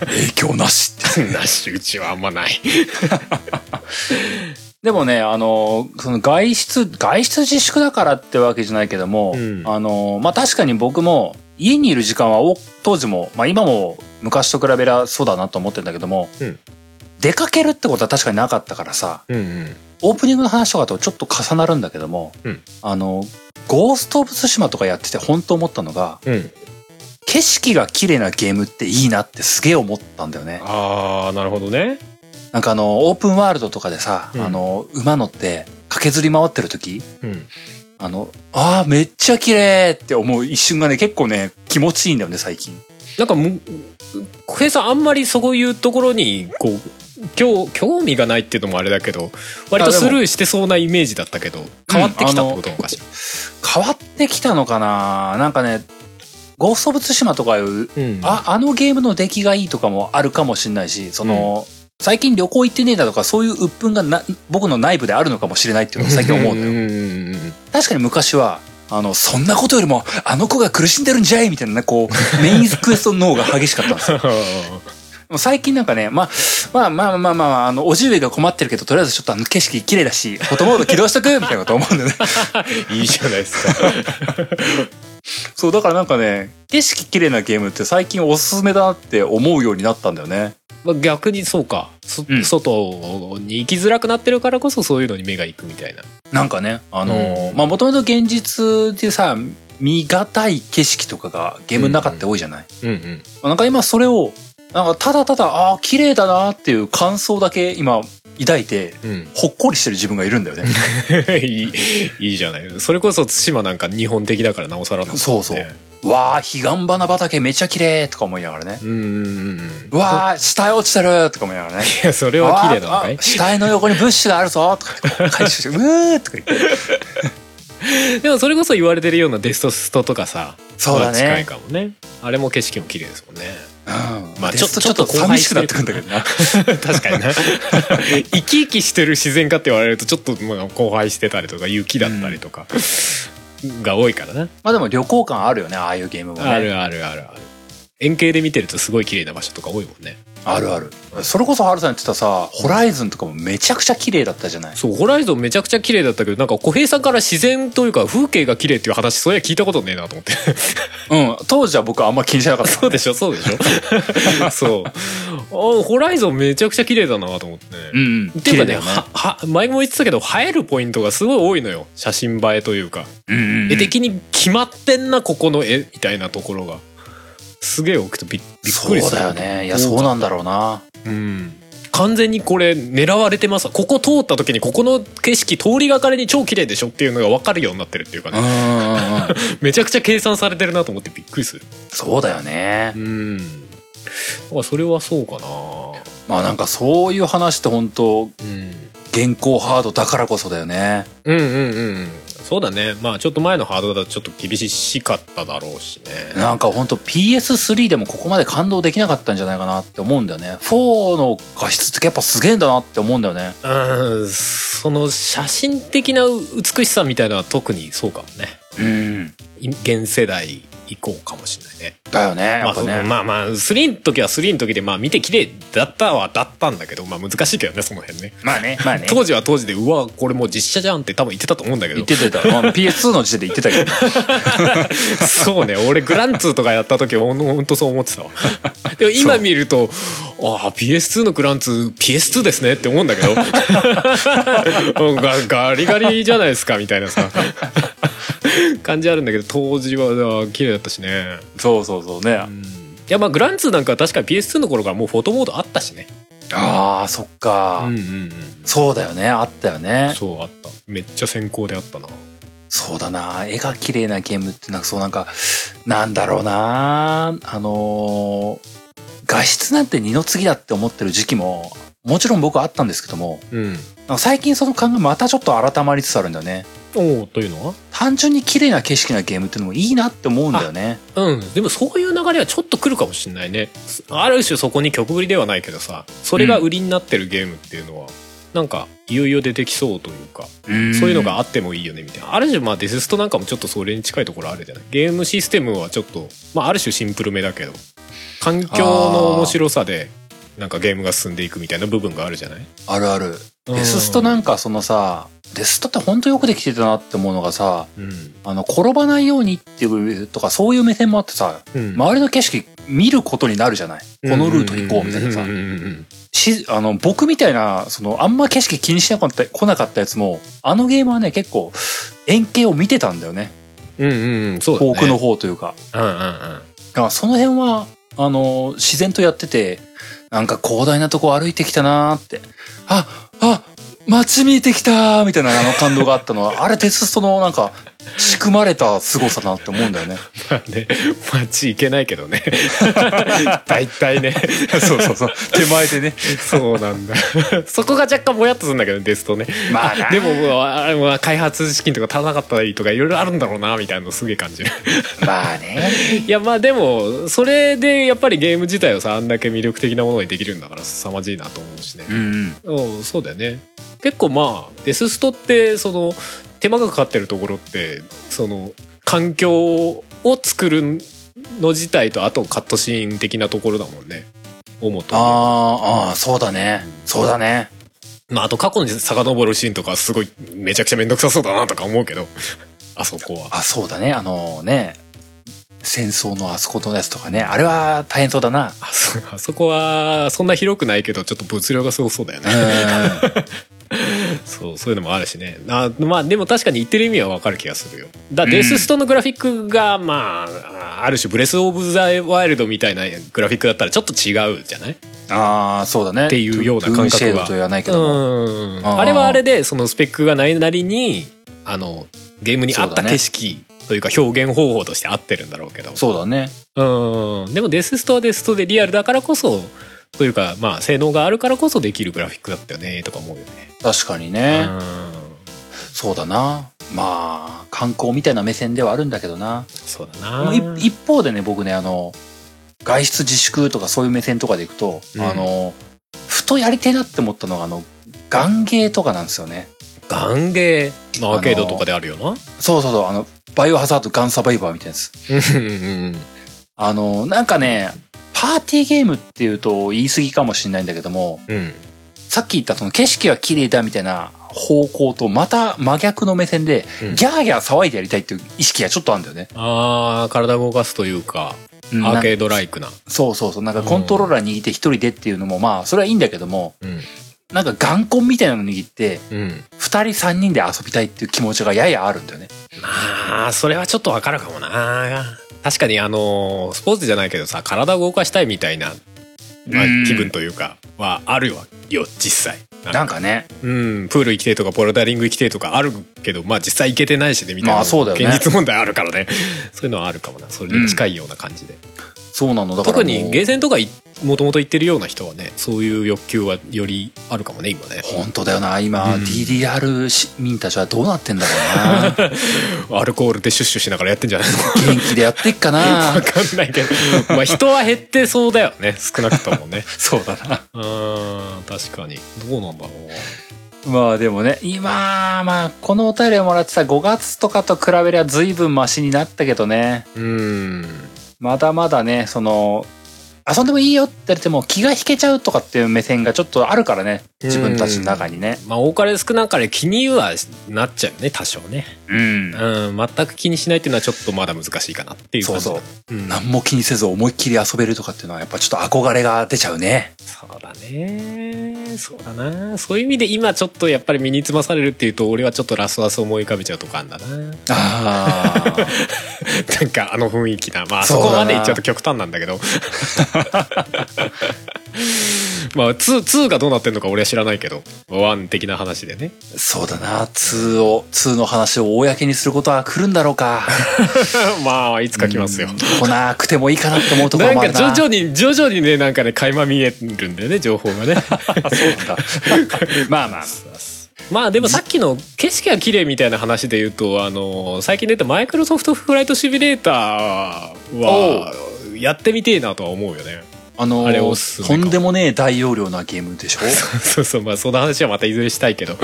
影響なしって。なしうちはあんまない でもね、あの、その外出、外出自粛だからってわけじゃないけども、うんあの、まあ、確かに僕も家にいる時間はお当時も、まあ、今も昔と比べりゃそうだなと思ってんだけども、うん出かけるってことは確かになかったからさ、うんうんオープニングの話とかとちょっと重なるんだけども、うんあの、ゴースト・オブ・ツシマとかやってて本当思ったのが、うん景色が綺麗なゲームっていいなってすげえ思ったんだよね。ああなるほどねなんかあの、オープンワールドとかでさ、うんあの、馬乗って駆けずり回ってる時、うんあの、ああ、めっちゃ綺麗って思う一瞬がね、結構ね、気持ちいいんだよね、最近。なんかむ小平さんあんまりそういうところにこう興興味がないっていうのもあれだけど割とスルーしてそうなイメージだったけど変わってきたってことなのかしら変わってきたのかななんかね、ゴースト・オブ・ツシマとかいう、うんあ、あのゲームの出来がいいとかもあるかもしれないし、その、最近旅行行ってねえだとか、そういう鬱憤がな、僕の内部であるのかもしれないっていうのを最近思うんだよ。んんうんうん確かに昔は、あの、そんなことよりも、あの子が苦しんでるんじゃいみたいなね、こう、メインクエストの脳が激しかったんですよ。もう最近なんかね、まあ、まあまあまあまあ、あの、おじ上が困ってるけど、とりあえずちょっとあの景色綺麗だ し、フォトモード起動しとくみたいなこと思うんだよね。 いいじゃないですかそう、だからなんかね、景色綺麗なゲームって最近おすすめだなって思うようになったんだよね。まあ、逆にそうか、そうん外に行きづらくなってるからこそそういうのに目が行くみたいななんかね、あのー、うんまあもともと現実でさ、見がたい景色とかがゲームの中って多いじゃない、うんうんなんか今それを、なんかただただ、ああー、綺麗だなっていう感想だけ今抱いて、うんほっこりしてる自分がいるんだよね。 いいいいじゃないそれこそ対馬なんか日本的だからなおさらなんだもんねそうそうわあ、彼岸花畑めっちゃ綺麗とか思いながらね。うんうんうんうんうわあ、下へ落ちてるとか思いながらね。いやそれは綺麗なのわかーいあ死体の横にブッシュがあるぞとかこう回収して、うーとか言って。でもそれこそ言われてるようなデストストとかさそうだね近いかもねあれも景色も綺麗ですも んねうん。まあでちょっと、ちちょょっっとと荒寂廃ししてくなるってくんだけどな。確かにな 生き生きしてる自然かって言われるとちょっとまあ荒廃してたりとか雪だったりとか、が多いからなまあでも旅行感あるよね、ああいうゲームもね。あるあるあるある円形で見てるとすごい綺麗な場所とか多いもんねあるある。それこそハルさん言ってたさ、ホライズンとかもめちゃくちゃ綺麗だったじゃない。そうホライゾンめちゃくちゃ綺麗だったけどなんか小平さんから自然というか風景が綺麗っていう話そういや聞いたことねえなと思ってうん。当時は僕はあんま気にしなかった。そうでしょそうでしょ そうあホライゾンめちゃくちゃ綺麗だなと思ってね、 うん、うん。ってい綺麗うかだねよはは前も言ってたけど映えるポイントがすごい多いのよ写真映えというか、うんうんうん絵的に決まってんなここの絵みたいなところがすげえ多くてびっびっくりそうするだよね。いや、そうなんだろうな。うん完全にこれ狙われてますここ通った時にここの景色通りがかりに超綺麗でしょっていうのが分かるようになってるっていうかうんうねんうん。めちゃくちゃ計算されてるなと思ってびっくりする そうだよね。うんまあそれはそうかなまあなんかそういう話って本当うん現行ハードだからこそだよね。うんうんうんそうだねまあちょっと前のハードだとちょっと厳しかっただろうしねなんか本当 PS3 でもここまで感動できなかったんじゃないかなって思うんだよね。4の画質ってやっぱすげえんだなって思うんだよね。うんその写真的な美しさみたいなのは特にそうかもねうん。い現世代行こうかもしれないね。だよねやっぱまあね、そのまあまあ3の時は3の時でまあ見て綺麗だったはだったんだけどまあ難しいけどねその辺ねまあねまあ ね当時は当時でうわこれもう実写じゃんって多分言ってたと思うんだけ言どってた言ってた、まあ PS2 の時点で言ってた けどそうね俺グランツーとかやった時ほんほんとそう 思ってたわでも今見るとああ PS2 のグランツー PS2 ですねって思うんだけ どガガリガリじゃないですかみたいなさ感じあるんだけど当時はあー綺麗だったしねそうそうそうね、いやまあグランツーなんかは確かに PS2 の頃からもうフォトモードあったしねああそっか、うんうんうんそうだよねあったよねそうあっためっちゃ先行であったなそうだな絵が綺麗なゲームってなんかそうなんかなんだろうなあのー画質なんて二の次だって思ってる時期ももちろん僕はあったんですけどもうんなんか最近その考えまたちょっと改まりつつあるんだよねおおというのは単純に綺麗な景色なゲームってのもいいなって思うんだよねうんでもそういう流れはちょっと来るかもしんないねある種そこに曲振りではないけどさそれが売りになってるゲームっていうのは、なんかいよいよ出てきそうというかそうそういいうのがあってもいいよねみたいなある種まあデスストなんかもちょっとそれに近いところあるじゃないゲームシステムはちょっと、まあ、ある種シンプルめだけど環境の面白さでなんかゲームが進んでいくみたいな部分があるじゃないあるあるデスストなんかそのさデスストってほんとよくできてたなって思うのがさうん、あの転ばないようにっていうとかそういう目線もあってさうん周りの景色見ることになるじゃないこのルート行こうみたいなさんうんうんうんしあの僕みたいなそのあんま景色気にしなかった来なかったやつもあのゲームはね結構円形を見てたんだよねうんうんうんそうだね遠くの方というかうんうんうんだからその辺はあの自然とやっててなんか広大なとこ歩いてきたなーってああ街見えてきたーみたいなあの感動があったの はあれ鉄ストのなんか仕組まれた凄さだなって思うんだよねまあね街行けないけどね大体ね そうそうそう手前でねそうなんだそこが若干ぼやっとするんだけどデスとねまあな でももうあれは開発資金とか足らなかったりとかいろいろあるんだろうなみたいなのすげえ感 じるまあねいやまあでもそれでやっぱりゲーム自体をさあんだけ魅力的なものにできるんだから凄まじいなと思うしねうんうんうん、そうだよね結構まあデスストってその手間がかかってるところってその環境を作るの自体とあとカットシーン的なところだもんね思うとあーあーそうだねそうだねまあ、あと過去に遡るシーンとかすごいめちゃくちゃ面倒くさそうだなとか思うけど あそこはあ、そうだね。あのね、戦争のあそこのやつとかね。あれは大変そうだな。あそあ そこはそんな広くないけどちょっと物量がすごそうだようん。ね そうそういうのもあるしねあまあでも確かに言ってる意味はわかる気がするよだデスストのグラフィックが、まあある種ブレス・オブ・ザ・ワイルドみたいなグラフィックだったらちょっと違うじゃない ああ、そうだね。っていうようトなゥーン感覚はシェードとは言わないけうども。んあーあれはあれでそのスペックがないなりにあのゲームに合った景色というか表現方法として合ってるんだろうけどそうだね。うんでもデスストはデスストでリアルだからこそというかまあ性能があるからこそできるグラフィックだったよねとか思うよね確かにうね。んそうだな。まあ、観光みたいな目線ではあるんだけどな。そうだな一一方でね、僕ね、あの、外出自粛とかそういう目線とかでいくと、うんあの、ふとやりてえなって思ったのが、あの、ガンゲーとかなんですよね。ガンゲー、まあ、アーケードとかであるよな。そうそうそう、あの、バイオハザードガンサバイバーみたいなやつ。うんうんあの、なんかね、パーティーゲームっていうと言い過ぎかもしれないんだけども、うんうん。さっき言ったその景色が綺麗だみたいな方向とまた真逆の目線で、うんギャーギャー騒いでやりたいっていう意識がちょっとあるんだよね。ああ、体動かすというか、うんアなーんかケードライクな。そうそうそう。なんかコントローラー握って一人でっていうのもまあ、それはいいんだけども、うん。なんか眼根みたいなの握って、うん。二人三人で遊びたいっていう気持ちがややあるんだよね。まあ、それはちょっとわかるかもな。確かに、あのー、スポーツじゃないけどさ、体を動かしたいみたいな、まあうん気分というか、はあるよ、よ実際。なんかね、うん、プール行きてえとかボルダリング行きてえとかあるけどまあ実際行けてないしねみたいな、まあそうだよね現実問題あるからねそういうのはあるかもなそれに近いような感じで、そうなの。だからも特うにゲーセンとかいもともと行ってるような人はねそういう欲求はよりあるかもね今ね本当だよな。今、うん DDR 市民たちはどうなってんだろうな。 アルコールでシュッシュしながらやってんじゃないの元気でやってっかな わかんないけどまあ人は減ってそうだよね少なくともね そうだな。うーん確かにどうなんだろうまあでもね、今、まあ、このお便りをもらってた5月とかと比べりゃ随分マシになったけどね、うんまだまだね、その、遊んでもいいよって言われても気が引けちゃうとかっていう目線がちょっとあるからね、自分たちの中にね。まあ多かれ少なかれ気にはなっちゃうよね多少ねうん。うん全く気にしないっていうのはちょっとまだ難しいかなっていうそ感うじだそう。うん何も気にせず思いっきり遊べるとかっていうのはやっぱちょっと憧れが出ちゃうね。そうだねそうだなそういう意味で今ちょっとやっぱり身につまされるっていうと俺はちょっとラスワス思い浮かべちゃうとこあんだな な ああ。んかあの雰囲気なまあそそうだなこまで言っちゃうと極端なんだけど まあ 2, 2がどうなってんのか俺は知らないけど1的な話でね そうだな、2を、2の話を公にすることは来るんだろうか。まあいつか来ますよ、うん来なくてもいいかなって思うとこなろんもあるかな。徐々に徐々にねなんかね垣間見えるんだよね情報がね そうなんだ。まあまあ。まあでもさっきの景色が綺麗みたいな話で言うとあの最近出たマイクロソフトフライトシミュレーターはやってみてえなとは思うよね あのーあれおすすめとかんでもねえ大容量なゲームでしょそうそうまあその話はまたいずれしたいけど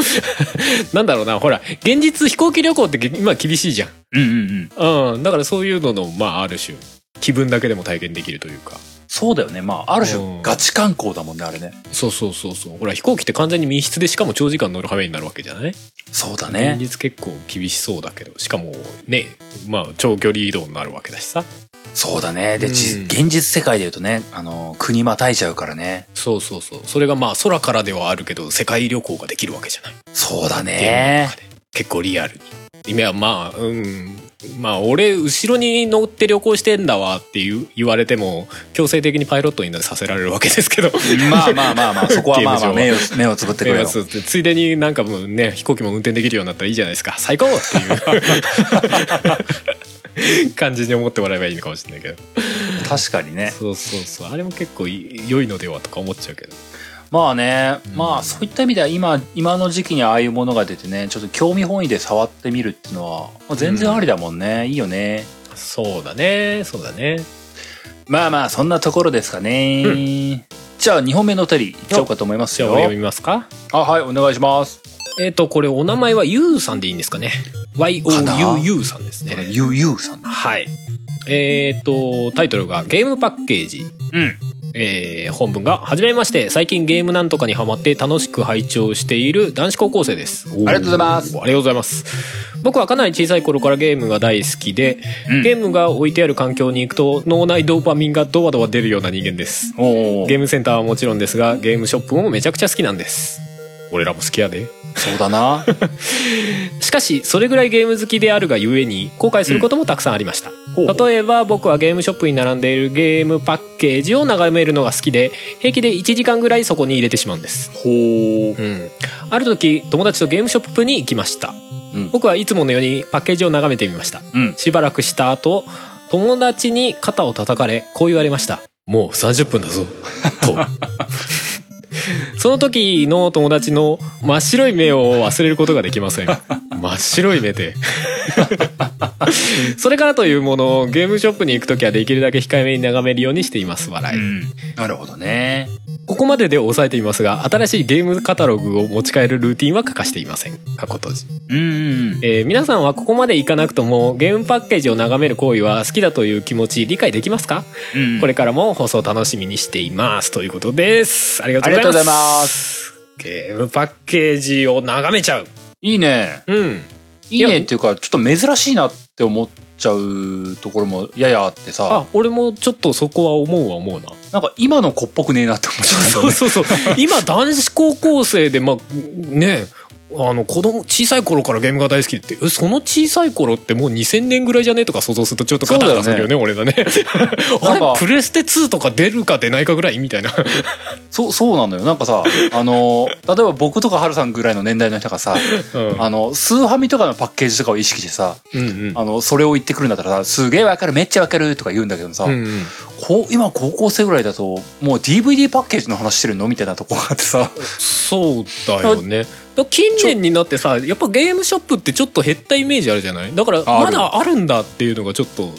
なんだろうなほら現実飛行機旅行って今厳しいじゃんうんうんうん。うんだからそういうののまあある種気分だけでも体験できるというかそうだよね。まあ、あるう種んガチ観光だもんね、あれね。そうそうそうそうほら飛行機って完全に密室でしかも長時間乗る羽目になるわけじゃないそうだ現ね。実結構厳しそうだけどしかもねまあ長距離移動になるわけだしさそうだね。で、じうん現実世界で言うとね、あのー、国またいちゃうからね。そうそうそうそれがまあ空からではあるけど世界旅行ができるわけじゃないそうだゲームのね中。で結構リアルに今はまあうんまあ俺後ろに乗って旅行してんだわって言う言われても強制的にパイロットにさせられるわけですけどまあまあまあまあ、そこはまあまあ、ゲ目を、目をつぶってくれよ。そうそうついでになんかもうね飛行機も運転できるようになったらいいじゃないですか最高っていう 感じに思ってもらえばいいのかもしれないけど確かにね。そうそうそうあれも結構い良いのではとか思っちゃうけどまあね、まあそういった意味では今、今の時期にああいうものが出てね、ちょっと興味本位で触ってみるっていうのは、まあ全然ありだもんね。いいよね。そうだねそうだねまあまあ、そんなところですかね。うじゃあ、2本目のお便りいっちゃおうかと思いますじゃあよ俺。読みますかあ、はい、お願いします。えっ、とこれお名前は YOU さんでいいんですかね YOUU さんですこねれ、ゆうゆうさんだ。はいえっ、とタイトルが「ゲームパッケージ」うん。えー本文が「はじめまして最近ゲームなんとかにハマって楽しく拝聴している男子高校生です」ありがとうございますありがとうございます僕はかなり小さい頃からゲームが大好きで、うんゲームが置いてある環境に行くと脳内ドーパミンがドバドバ出るような人間ですおお。ゲームセンターはもちろんですがゲームショップもめちゃくちゃ好きなんです俺らも好きやでそうだな。しかしそれぐらいゲーム好きであるがゆえに後悔することもたくさんありました、ほうほう例えば僕はゲームショップに並んでいるゲームパッケージを眺めるのが好きで平気で1時間ぐらいそこに入れてしまうんですほう。うんある時友達とゲームショップに行きました、うん僕はいつものようにパッケージを眺めてみましたうん。しばらくした後友達に肩を叩かれこう言われましたもう30分だぞと その時の友達の真っ白い目を忘れることができ ません真っ白い目で それからというものをゲームショップに行く時はできるだけ控えめに眺めるようにしています笑い、うん。なるほどね。ここまでで抑えていますが新しいゲームカタログを持ち帰るルーティンは欠かしていません過去閉じうんうん。えー皆さんはここまでいかなくともゲームパッケージを眺める行為は好きだという気持ち理解できますか、うんこれからも放送楽しみにしていますということですありがとうございますゲームパッケージを眺めちゃういいね。うんいいねっていうか、ちょっと珍しいなって思っちゃうところもややあってさ、あ俺もちょっとそこは思うは思うななんか今の子っぽくねえなって思っちゃったそんうだね。そうそう 今男子高校生でまあねあの子供小さい頃からゲームが大好きってえその小さい頃ってもう2000年ぐらいじゃねえとか想像するとちょっとガタガタするよね俺だね あなんかれプレステ2とか出るか出ないかぐらいみたいなそう、そうなのよ。なんか さ、あの、例えば僕とかハルさんぐらいの年代の人がさ、うんあの、スーハミとかのパッケージとかを意識してさ、うんうんあの、それを言ってくるんだったらさ、すげえわかる、めっちゃわかるとか言うんだけどさ、うんうんこう今高校生ぐらいだと、もう DVD パッケージの話してるのみたいなとこがあってさ、そうだよねだ近年になってさやっぱゲームショップってちょっと減ったイメージあるじゃないだからあるまだあるんだっていうのがちょっと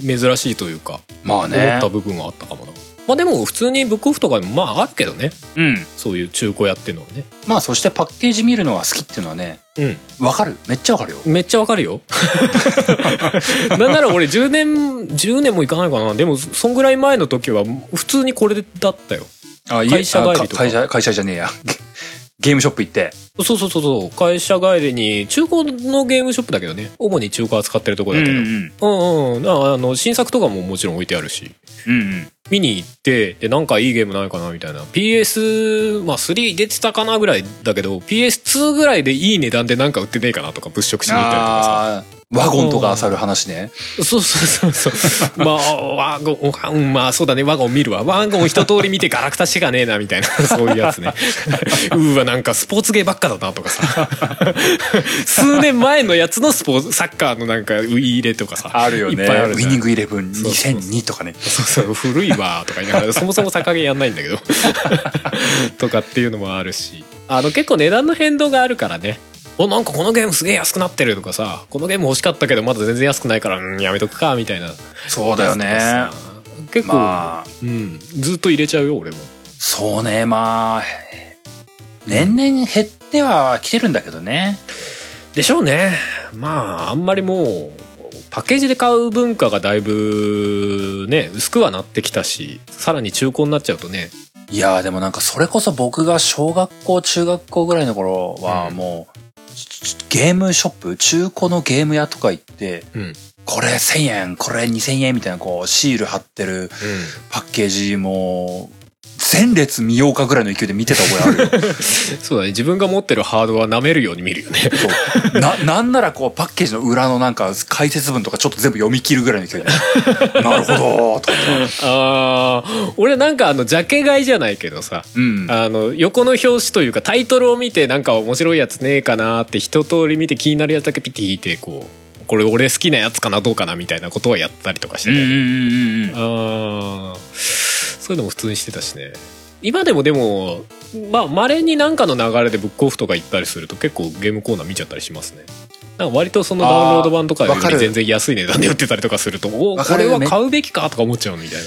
珍しいというかまあ思っねた、部分はあったかもなまあでも普通にブックオフとかにもまああるけどねうん。そういう中古屋っていうのはねまあそしてパッケージ見るのが好きっていうのはね、うわかる。めっちゃわかるよ。んめっちゃわかる よなんなら俺10年10年もいかないかなでもそんぐらい前の時は普通にこれだったよあ会社帰りとか会社、会社じゃねえや。ゲームショップ行って。そうそうそうそう会社帰りに中古のゲームショップだけどね主に中古扱ってるとこだけど、うん、ん。うんああの新作とかももちろん置いてあるしうんうん。見に行ってでなんかいいゲームないかなみたいな PS3、まあ、3出てたかなぐらいだけど PS2 ぐらいでいい値段でなんか売ってねえかなとか物色しに行ったりとかさあーワゴンとか漁る話ね。そうそうそ うそうまあワゴンあうんまあそうだねワゴン見るわワゴン一通り見てガラクタしかねえなみたいな そういうや つねうわなんかスポーツゲーばっかだなとかさ数年前のやつのスポーツサッカーのなんか入い入れとかさあるよね。いっぱいあるウじィゃんニングイレブンそうそう2002とかね。そうそう古いわーとか言いながらそもそも逆毛やんないんだ けどとかっていうのもあるしあの結構値段の変動があるからねおなんかこのゲームすげえ安くなってるとかさこのゲーム欲しかったけどまだ全然安くないからうんやめとくかみたいなそうだよねやつ。とかさ結構、まあ、うん、ずっと入れちゃうよ俺もそうね、まあ、年々減っては来てるんだけどね。でしょうねまああんまりもうパッケージで買う文化がだいぶね薄くはなってきたしさらに中古になっちゃうとねいやーでもなんかそれこそ僕が小学校、中学校ぐらいの頃はうんもう、ちちゲームショップ、中古のゲーム屋とか行って、うんこれ1000円、これ2000円みたいなこうシール貼ってるパッケージも、前列見ようかぐらいの勢いで見てた覚えあるよ。そうだね自分が持ってるハードは舐めるように見るよねそうな、 なんならこうパッケージの裏のなんか解説文とかちょっと全部読み切るぐらいの 勢いで。なるほどーとか言って。ああ俺なんかあのジャケ買いじゃないけどさうん。あの横の表紙というかタイトルを見てなんか面白いやつねえかなって一通り見て気になるやつだけピッて引いてこうこれ俺好きなやつかなどうかなみたいなことはやったりとかしてうんうんね、うんうんうん。ああそういうのも普通にしてたしね今でもでもまあまれになんかの流れでブックオフとか行ったりすると結構ゲームコーナー見ちゃったりしますねなんか割とそのダウンロード版とかよあーわかりる全然安い値段で売ってたりとかするとおーわかこるれは買うべきかとか思っちゃうみたいな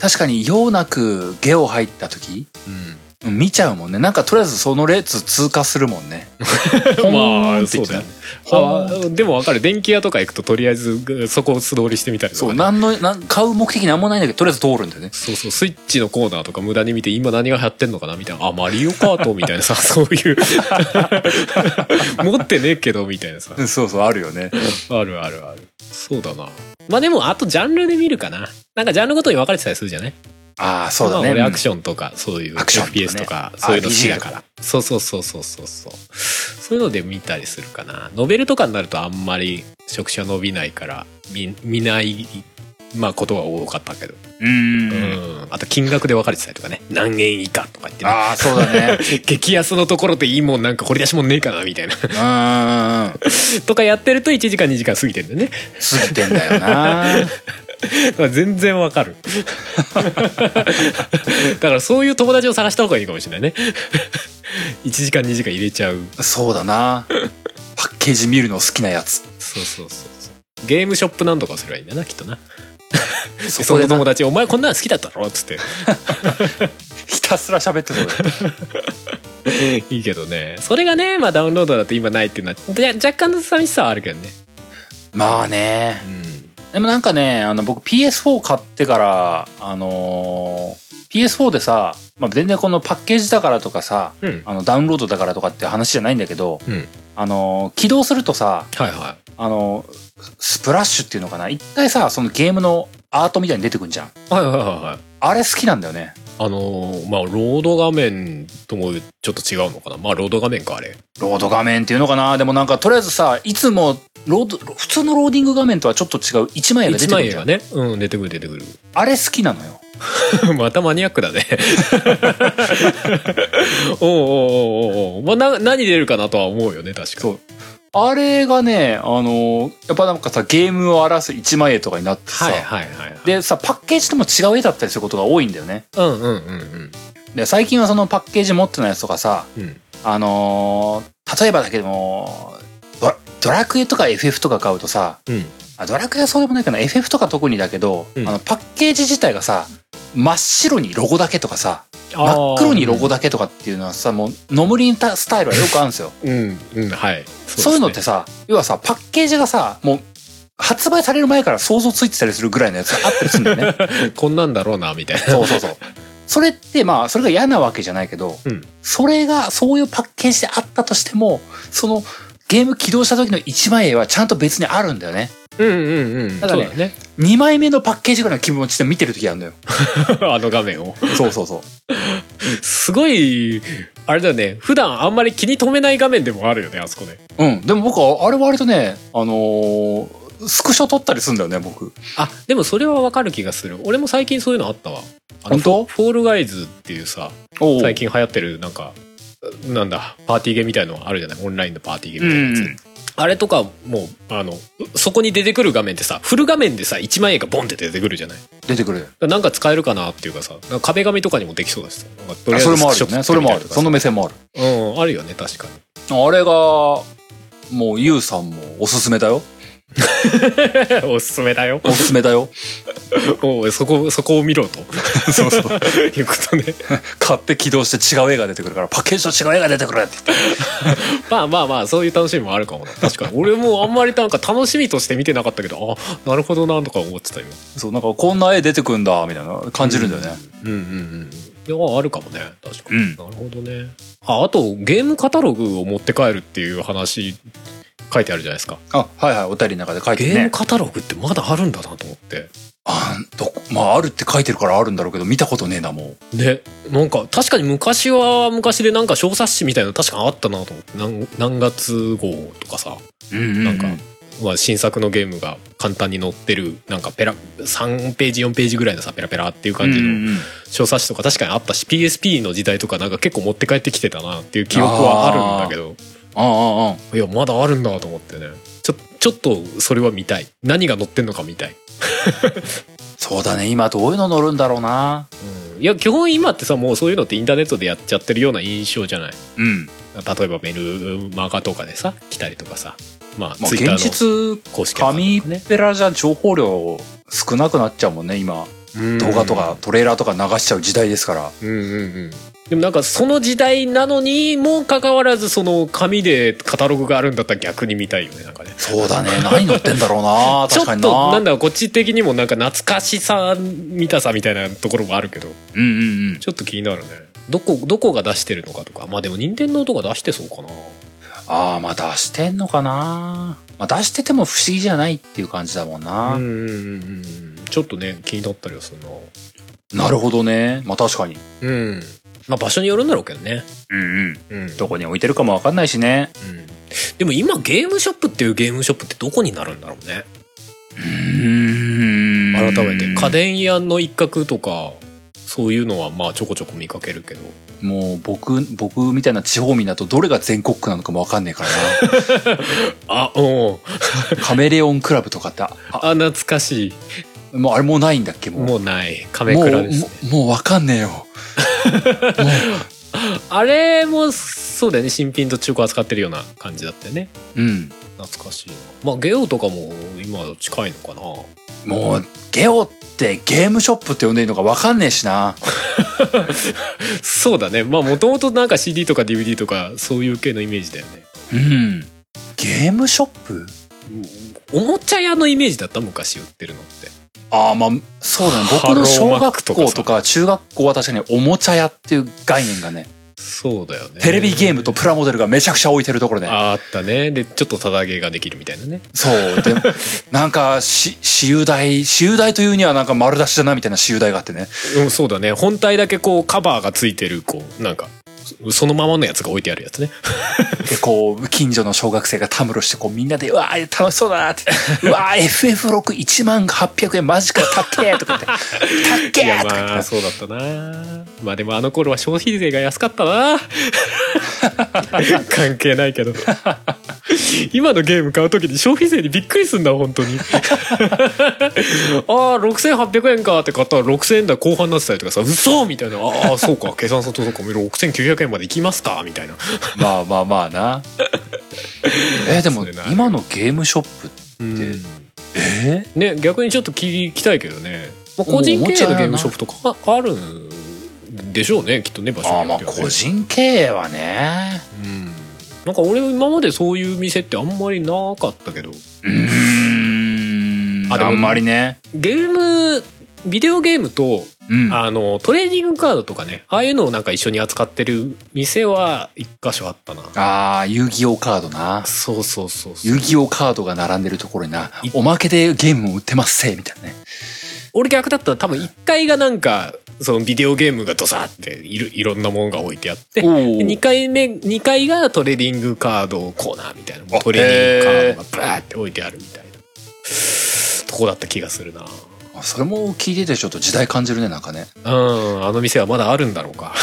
確かに用なくゲオ入った時、うん見ちゃうもんね。なんかとりあえずその列通過するもん ね。うん、まほーんあって言そうってだたよねあーでもわかる電気屋とか行くととりあえずそこを素通りしてみたりとそかう、ね、なんの、なん買う目的なんもないんだけど、とりあえず通るんだよね。そうそうスイッチのコーナーとか無駄に見て今何が流行ってんのかなみたいなあマリオカートみたいな さそういう持ってねえけどみたいなさうんそうそう、あるよね。あるあるあるそうだなまあでもあとジャンルで見るかななんかジャンルごとに分かれてたりするじゃないああ、そうだね。まあ俺うんアクションとかそういうアクションとかね FPS とかあそういうの好きだか RPG らそうそうそうそうそうそうそういうので見たりするかなノベルとかになるとあんまり職種は伸びないから見見ないまあことが多かったけど、うんうんあと金額で分かれてたりとかね何円以下とか言ってねああ、そうだね。激安のところでいいもんなんか掘り出しもんねえかなみたいなうんうん うん。とかやってると1時間2時間過ぎてんだよね過ぎてんだよな。まあ全然わかる だからそういう友達を探した方がいいかもしれないね1時間2時間入れちゃうそうだ な。パッケージ見るの好きなやつ。そうそうそうそうゲームショップなんとかすればいいんだなきっとなそそこでのな友達「お前こんなの好きだったろ」っつってひたすら喋ってそうだよ。 「いいけどねそれがね、まあ、ダウンロードだと今ないっていうのはで若干の寂しさはあるけどね まあね。うんでもなんかね、あの、僕 PS4 買ってから、あのー PS4 でさ、まあ、全然このパッケージだからとかさ、うんあの、ダウンロードだからとかって話じゃないんだけど、うんあのー起動するとさ、はいはあのースプラッシュっていうのかな一回さ、そのゲームのアートみたいに出てくんじゃん。いはいはいはいはいあれ好きなんだよね。あのーまあロード画面ともちょっと違うのかなまあロード画面かあれロード画面っていうのかなでもなんかとりあえずさ、いつもロード、普通のローディング画面とはちょっと違う一枚絵が出て1く枚る絵じゃんが。ねうん出てくる出てくるあれ好きなのよ。 またマニアックだね おうおうおうおうおうまあな何出るかなとは思うよね確かそにうあれがね、あのーやっぱなんかさ、ゲームを表す一枚絵とかになってさ、はいはいはいはいでさ、パッケージとも違う絵だったりすることが多いんだよね。うんうんうんうんで、最近はそのパッケージ持ってないやつとかさ、うんあのー例えばだけども、ドラドラクエとか FF とか買うとさ、うんあドラクエはそうでもないかな FF とか特にだけど、うんあのパッケージ自体がさ真っ白にロゴだけとかさ、あー真っ黒にロゴだけとかっていうのはさ、もう、ノムリンスタイルはよくあるんですよ。うんうんはいそういうのってさ、要はさ、パッケージがさ、もう、発売される前から想像ついてたりするぐらいのやつがあったりするんだよね。てこんなんだろうなみ たいなそうそうそう。それってまあ、それが嫌なわけじゃないけど、うんそれが、そういうパッケージであったとしても、その、ゲーム起動した時の1枚絵はちゃんと別にあるんだよね。うんうんうんただねそうだね2枚目のパッケージぐらいの気持ちで見てる時あるんだよ。 あの画面をそうそうそう。すごいあれだね普段あんまり気に留めない画面でもあるよねあそこねうん。でも僕は、あれ割とね、あのースクショ撮ったりするんだよね、僕。あでもそれはわかる気がする俺も最近そういうのあったわあの本当フォールガイズっていうさおう最近流行ってるなんかなんだパーティーゲームみたいのあるじゃないオンラインのパーティーゲーうムんみたいなやつ、うん。あれとかもうあのそこに出てくる画面ってさフル画面でさ1枚絵がボンって出てくるじゃないだか出てくる。らなんか使えるかなっていうかさなんか壁紙とかにもできそうだしさなんかとありあえずそれもあるスクよショね。撮そっれもてみたある。りとかその目線もある。さうんあるよね確かにあれが、もう、ゆうさんもおすすめだ よ。 おすすめだよ。おすすめだよ。おうそこ、そこを見ろと。 そうそう。いうことね。買って起動して違う絵が出てくるから、パッケージと違う絵が出てくるって言って。まあまあまあ、そういう楽しみもあるかもな。確かに。俺もあんまりなんか楽しみとして見てなかったけど、あ、なるほどな、とか思ってたよ。そう、なんかこんな絵出てくんだ、みたいな感じるんだよね。うんうんうん。いや、あるかもね。確かに。うんなるほどね。あ、あと、ゲームカタログを持って帰るっていう話、書いてあるじゃないですか。あ、はいはい、お便りの中で書いてゲるームね。カタログってまだあるんだなと思って。あんどこまあ、あるって書いてるからあるんだろうけど、見たことねえな、もね。なんか、確かに昔は昔でなんか小冊子みたいなの確かあったなと思って。なん何月号とかさ。う。うんなんか、まあ、新作のゲームが簡単に載ってるなんかペラ3ページ4ページぐらいのさペラペラっていう感じうんのうんうん小冊子とか確かにあったし PSP の時代とかなんか結構持って帰ってきてたなっていう記憶はあるんだけどうんうんうん。いやまだあるんだと思ってねちょちょっとそれは見たい何が載ってんのか見たい、そうだね、今どういうの乗るんだろうな。うん、いや基本今ってさもうそういうのってインターネットでやっちゃってるような印象じゃないうん。例えばメルマガとかでさ来たりとかさまあまあ、ツイッタ現ーの実、公式アカウン紙トとかねペラじゃ情報量少なくなっちゃうもんね、今。うん動画とかトレーラーとか流しちゃう時代ですから。うんうんうんでもなんかその時代なのにもかかわらずその紙でカタログがあるんだったら逆に見たいよねなんかねそうだね、何乗ってんだろうな。 ちょっ確かとにな。なんだろうこっち的にもなんか懐かしさ見たさみたいなところもあるけどうんうんうん。ちょっと気になるねどこどこが出してるのかとかまあでも任天堂とか出してそうかなああ、まあ出してんのかな。まあ出してても不思議じゃないっていう感じだもんな。うんうんうんうんちょっとね気になったりはするななるほどね。まあ確かに。うんまあ場所によるんだろうけどねうんうん。うんどこに置いてるかもわかんないしね。うんでも今ゲームショップっていうゲームショップってどこになるんだろうねうん改めて家電屋の一角とかそういうのはまあちょこちょこ見かけるけどもう僕、僕みたいな地方民だとどれが全国区なのかもわかんねえから な。あうんカメレオンクラブとかって、あ、あ懐かしいもうあれもうないんだっけもう。もうないカもう、メもクラうですねもうわかんねえよ。もあれもそうだよね新品と中古扱ってるような感じだったよねう、うん。懐かしいなまあゲオとかも今近いのかなもう、ゲオってゲームショップって呼んでいいのかわかんねえしな。そうだねまあもともとなんか CD とか DVD とかそういう系のイメージだよねうん。ゲームショップおもちゃ屋のイメージだった昔売ってるのってああ、まあ、そうだね。僕の小学校とか中学校は確かにおもちゃ屋っていう概念がね、そうだよねテレビゲームとプラモデルがめちゃくちゃ置いてるところね。ああったねでちょっとただげができるみたいなねそう。で、なんか、し、 私有台、私有台というにはなんか丸出しだなみたいな私有台があってね。うん、そうだね。本体だけこう、カバーがついてる、こう、なんか、そそのままのやつが置いてあるやつね。で、こう、近所の小学生がたむろして、こう、みんなで、うわー楽しそうだなっ て。うわー FF61 万800円、マジか、たっけーとか言って。たっけいや、ーとか言ってまあ、そうだったな。まあでもあの頃は消費税が安かった な。関係ないけど。今のゲーム買うときに消費税にびっくりすんだ、本当 に。ああ、6800円かって買ったら6000円台後半になってたりとかさ、嘘みたいな。ああ、そうか、計算するとそうか、6900円までいきますかみたいな。まあまあまあな。えーでもそうだな今のゲームショップ、うんえね、逆にちょっと聞きたいけどね。まあ、個人経営のゲームショップとかあるんでしょうねきっとね場所ああにまよあってはね個人経営はねうんなんか俺今までそういう店ってあんまりなかったけどうーんあであもんまりねゲームビデオゲームとうんあのトレーディングカードとかねああいうのをなんか一緒に扱ってる店は一箇所あったなああ、遊戯王カードな。そうそうそうそう遊戯王カードが並んでるところになうん、おまけでゲームを売ってますせ、みたいなね。俺逆だったら多分1階がなんかそのビデオゲームがドサーっているいろんなものが置いてあっておー2階目2階がトレーディングカードコーナーみたいなもうあトレーディングカードがバーって置いてあるみたいなとこだった気がするなあそれも聞いててちょっと時代感じるね、なんかね。うんあの店はまだあるんだろうか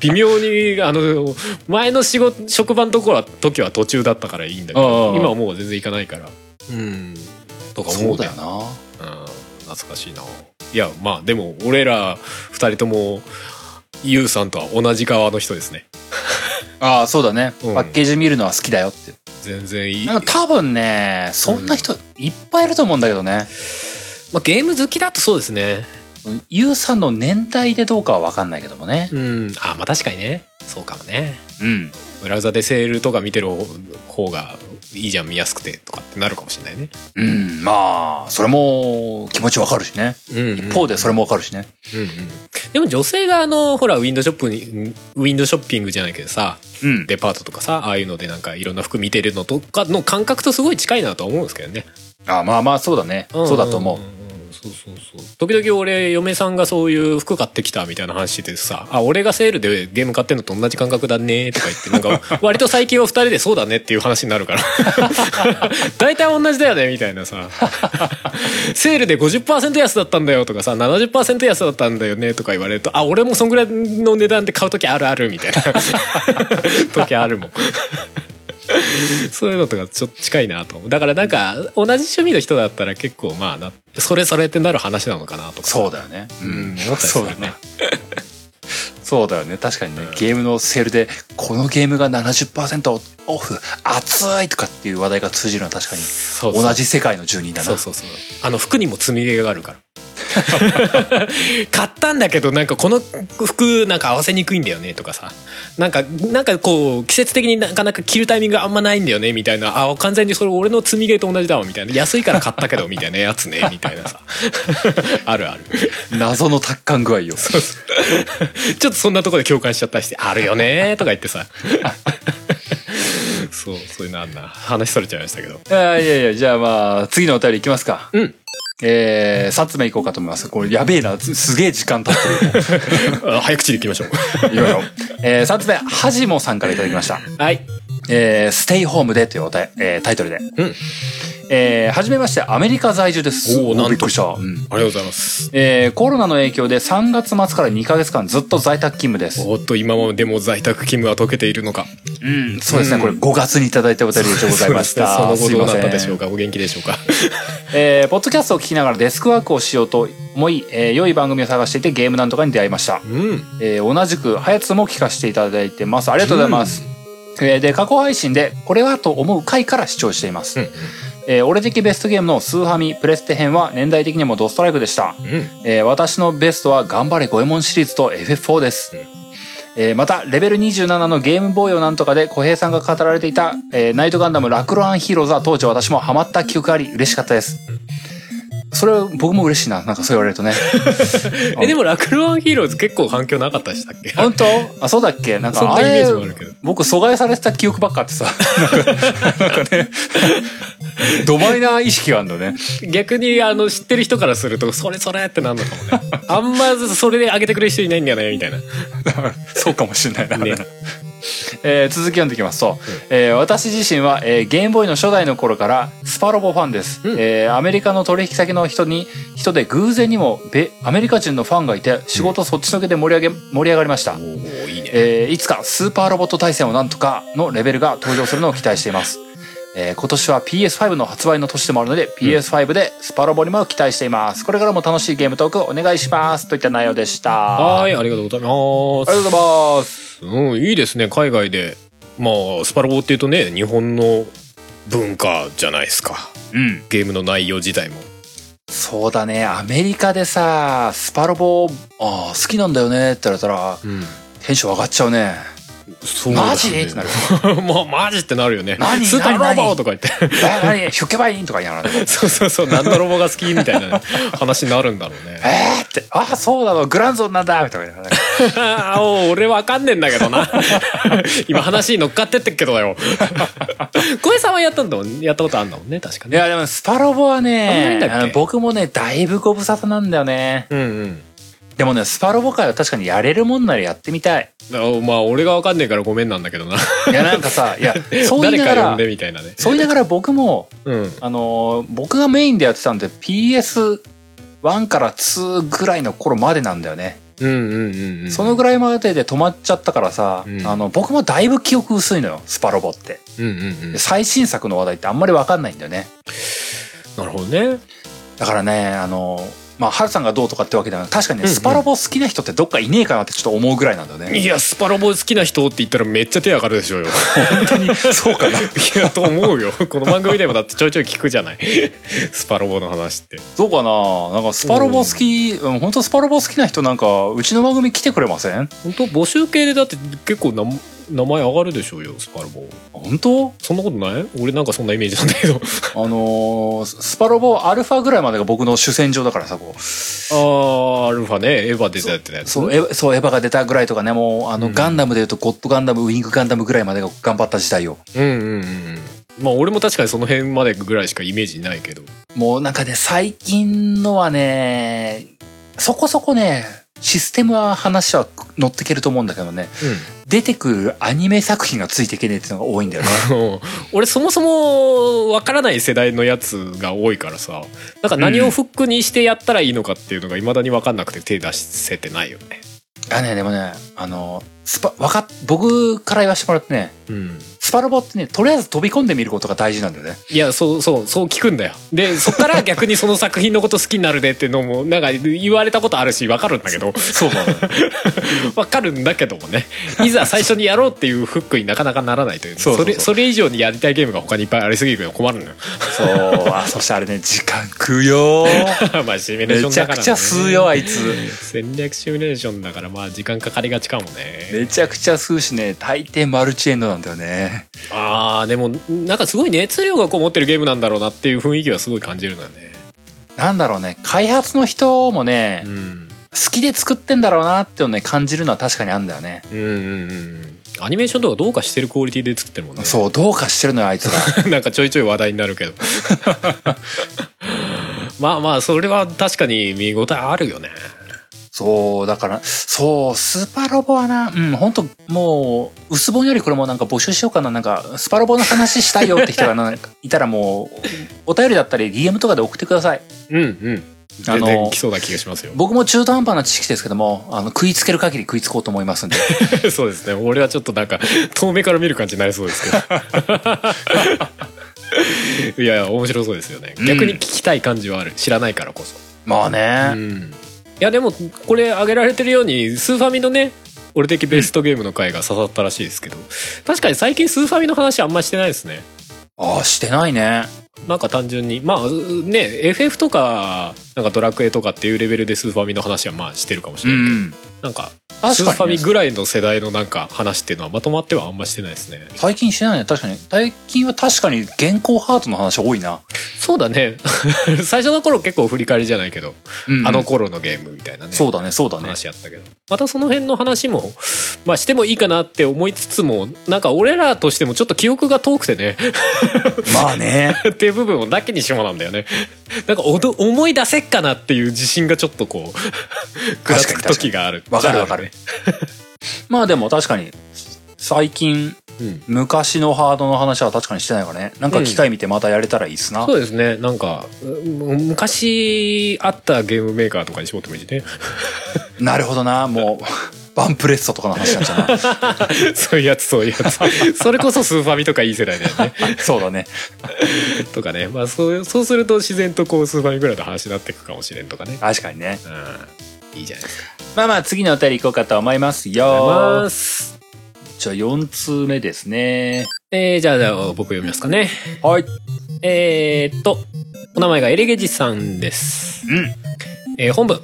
微妙にあの前の仕事職場のところは時は途中だったからいいんだけあどあ今はもう全然行かないからうんとかそ思ううだねよな。うん懐かしいないやまあでも俺ら二人ともゆうさんとは同じ側の人ですねああ、そうだね、うんパッケージ見るのは好きだよって。全然いい、なんまか多分ね、そんな人いっぱいいると思うんだけどね。あ、ゲーム好きだとそうですねゆうさんの年代でどうかはわかんないけどもね。うんあまあ確かにねそうかもねうん。ブラウザでセールとか見てる方がいいじゃん見やすくてとかってなるかもしれないねうん、まあ、それも気持ちわかるしね。うん、一方でそれもわかるしね。うんうん、でも女性があのほらウィンドウショップにウィンドウショッピングじゃないけどさうん。デパートとかさああいうのでなんかいろんな服見てるのとかの感覚とすごい近いなとは思うんですけどねああまあまあ、そうだね。そうだと思う。んそうそうそう時々俺嫁さんがそういう服買ってきたみたいな話でさ「あ俺がセールでゲーム買ってんのと同じ感覚だね」とか言ってなんか割と最近は2人で「そうだね」っていう話になるから 大体同じだよねみたいなさ「 セールで50%安だったんだよ」とかさ「70%安だったんだよね」とか言われると「あ俺もそんぐらいの値段で買う時あるある」みたいな時あるもん。そういうのとかちょっと近いなと思う。だからなんか同じ趣味の人だったら結構まあな、それそれってなる話なのかなとか。そうだよね。うん。そうだね。 そうだよね。確かにね、ゲームのセールで、このゲームが70%オフ、熱いとかっていう話題が通じるのは確かに、そうそう同じ世界の住人だな。そうそうそう。あの服にも積み上げがあるから。買ったんだけどなんかこの服なんか合わせにくいんだよねとかさなんかなんかこう季節的になかなか着るタイミングがあんまないんだよねみたいなあ完全にそれ俺の積み上げと同じだわみたいな安いから買ったけどみたいなやつねみたいなさ あるある謎の達観具合よ。ちょっとそんなところで共感しちゃったりして、あるよねーとか言って さ。そう、そういうのあんな。話それちゃいましたけど。あーいやいや、じゃあまあ、次のお便りいきますか。うん。 えー、3つ目いこうかと思います。これやべえな。すすげえ時間経ってあ早口でいきましょう。る。いろいろ。えー、3つ目、はじもさんからいただきました。はい。えー、ステイホームでというおた、えータイトルで。うん。えー、はじめまして、アメリカ在住です。おーなんとびっくりした。うんありがとうございます。えーコロナの影響で3月末から2ヶ月間ずっと在宅勤務です。 おっと、今までも在宅勤務は解けているのか。うん、そうですね、うんこれ5月にいただいたお便りでございました。 そうですねその後どうなったでしすいょうまか。お元気でしょうか。せんえーポッドキャストを聞きながらデスクワークをしようと思い、えー良い番組を探していてゲームなんとかに出会いました。うん。えー同じく、はやつも聞かせていただいてます。ありがとうございます。えーで、過去配信で、これはと思う回から視聴しています。うんえー俺的ベストゲームのスーハミ、プレステ編は年代的にもドストライクでした。うん。うん。えー私のベストは頑張れゴエモンシリーズと FF4 です。うんえーまた、レベル27のゲームボーイをなんとかで小平さんが語られていた、えーナイトガンダムラクロアンヒーローズは当時私もハマった記憶があり嬉しかったです。それ僕も嬉しいな。なんかそう言われるとね。 え、でも、ラクロワンヒーローズ結構反響なかったでしたっけ本当あ、そうだっけなんそんかなあイメーれジ、もあるけど。僕阻害されてた記憶ばっかあってさ。なんかなんかね、ドバイな意識があるんだね。逆にあの知ってる人からするとそれそれってなんのかもねあんまそれで上げてくれる人いないんだよねみたいなそうかもしれないな。ねえー続き読んでいきますと、えー私自身は、えーゲームボーイの初代の頃からスパロボファンです、うんえーアメリカの取引先の人に人で偶然にも米アメリカ人のファンがいて仕事そっちのけで盛り上げ盛り上がりました、おおいいねえーいつかスーパーロボット対戦をなんとかのレベルが登場するのを期待しています、えー今年は PS5 の発売の年でもあるので PS5 でスパロボにも期待していますこれからも楽しいゲームトークお願いしますといった内容でしたあはいありがとうございりまがとうございますすうんいいですね海外でまあスパロボっていうとね日本の文化じゃないですかうんゲームの内容自体もそうだね、アメリカでさ、スパロボ、ああ、好きなんだよねって言われたら、うん、テンション上がっちゃうね。 そうだねマジってなる。 もうマジってなるよね何スーパーロ何ボ何とか言ってえ、何ひょけばいいんとか言いながらね。そうそうそう何のロボが好きみたいなね話になるんだろうね えーって、ああ、そうだわ、グランゾンなんだみたいながらね。あーおう俺わかんねえんだけ どな今話に乗っかってってっけどだよ小江さんはやったんだもんやったことあんだもんね確かいねや、でもスパロボはあんまりねだっ、けあの僕もね、だいぶご無沙汰なんだよね。うんうんでもね、スパロボ界は確かにやれるもんならやってみたい。だからまあ俺がわかんねえからごめんなんだけどないや、なんかさ、いや、そう言い 誰ながか呼んらで、みたいなねそう言いながら僕も、うんあのー僕がメインでやってたんで PS1 から2ぐらいの頃までなんだよね。うんうんうんうんそのぐらいまでで止まっちゃったからさ、うんあの、僕もだいぶ記憶薄いのよ、スパロボって。うんうんうんで最新作の話題ってあんまりわかんないんだよね。なるほどねだからね、あのーまあ、ハルさんがどうとかってわけではなく、確かにね、うんうんスパロボ好きな人ってどっかいねえかなってちょっと思うぐらいなんだよいね。やスパロボ好きな人って言ったらめっちゃ手上がるでしょうよ本当に、そうかな。いやと思 うよこの番組でもだってちょいちょい聞くじゃないスパロボの話ってそうかななんかスパロボ好き、うん、本当スパロボ好きな人なんか、うちの番組来てくれません本当募集系でだって結構な名前上がるでしょうよスパロボ本当そんなことない俺なんかそんなイメージなんだけどあのーススパロボアルファぐらいまでが僕の主戦場だからさ、こう。 あーアルファねエヴァ出てやってたやつそう、エヴァそうエヴァが出たぐらいとかね、もう、あの、うんガンダムで言うと、ゴッドガンダム、ウィングガンダムぐらいまでが頑張った時代よ。うんうんうんうんまあ俺も確かにその辺までぐらいしかイメージないけどもうなんかね、最近のはね、そこそこね、システムは話は乗ってけると思うんだけどね、出てくるアニメ作品がついていけねえっていうのが多いんだよね。うん、俺そもそもわからない世代のやつが多いからさなんか何をフックにしてやったらいいのかっていうのがいまだに分かんなくて手出せてないよねあね、でもね、あの、スパ、わかっ、僕から言わせてもらってね、うんスパロボってね、とりあえず飛び込んでみることが大事なんだよね。いやそうそうそう聞くんだよでそっから逆にその作品のこと好きになるでってのもなんか言われたことあるし分かるんだけどそうなのよ。わかるんだけどもねいざ最初にやろうっていうフックになかなかならないというそうそうそうれそれ以上にやりたいゲームが他にいっぱいありすぎるの困るのよそう、あ、そしてあれね、時間食うよー。まあシミュレーショめンちだゃから、ね、くちゃ吸うよ、あいつ。戦略シミュレーションだからまあ時間かかりがちかもねめちゃくちゃ吸うしね、大抵マルチエンドなんだよね。あーでもなんかすごい熱量がこもってるゲームなんだろうなっていう雰囲気はすごい感じるのよねなんだろうね、開発の人もね、うん好きで作ってんだろうなっていうのね、感じるのは確かにあるんだよね。うんうんうんアニメーションとかどうかしてるクオリティで作ってるもんねそう、どうかしてるのよ、あいつ ら。 なんかちょいちょい話題になる けどまあまあそれは確かに見応えあるよねそう、だから、そう、スパロボはな、うん、ほんと、もう、薄本よりこれもなんか募集しようかな、なんか、スパロボの話したいよって人がなんかいたらもう、お便りだったり DM とかで送ってください。うんうんあ全然の来、そうな気がしますよ僕も中途半端な知識ですけども、あの、食いつける限り食いつこうと思いますんで。 そうですね俺はちょっとなんか遠目から見る感じになりそうですけ どいや面白そうですよねうん逆に聞きたい感じはある知らないからこそ、まあうね、ん、いやでもこれ挙げられてるようにスーファミのね俺的ベストゲームの回が刺さったらしいですけど確かに最近スーファミの話あんましてないですねああ、してないね。なんか単純にまあうね FF とかなんかドラクエとかっていうレベルでスーファミの話はまあしてるかもしうれないけど、ん。なんか確スーフかァに、ミね。ぐらいの世代のなんか話っていうのはまとまってはあんましてないですね最近してないね、確かに。最近は確かに現行ハートの話多いな。そうだね 最初の頃結構振り返りじゃないけど、うんあの頃のゲームみたいなねそうだね、そうだね。話やったけどまたその辺の話も、まあ、してもいいかなって思いつつもなんか俺らとしてもちょっと記憶が遠くてねまあね。っていう部分をだけにしもなんだよね なんかおど思い出せっかなっていう自信がちょっとこ うぐらつく時があるわかるわかる、。 まあでも確かに、最近、うん、昔のハードの話は確かにしてないからね。なんか機会見てまたやれたらいいっすな。そうですねなんかう昔あったゲームメーカーとかに絞ってもいいしね なるほどな。もう、 バンプレッソとかの話なんじゃ なそういうやつそういうやつそれこそスーファミとかいい世代だよね そうだね。とかね、まあ、そうそうすると自然とこうスーファミぐらいの話になっていくかもしれんとかね、確かにね。うん、いいじゃないですか。まあまあ次のお便り行こうかと思いますありがとうございよま。すじゃあ4通目ですね。えー、じゃあじゃあ僕読みますかね。はい。えー、っとお名前がエレゲジさんです。うん。えー本部。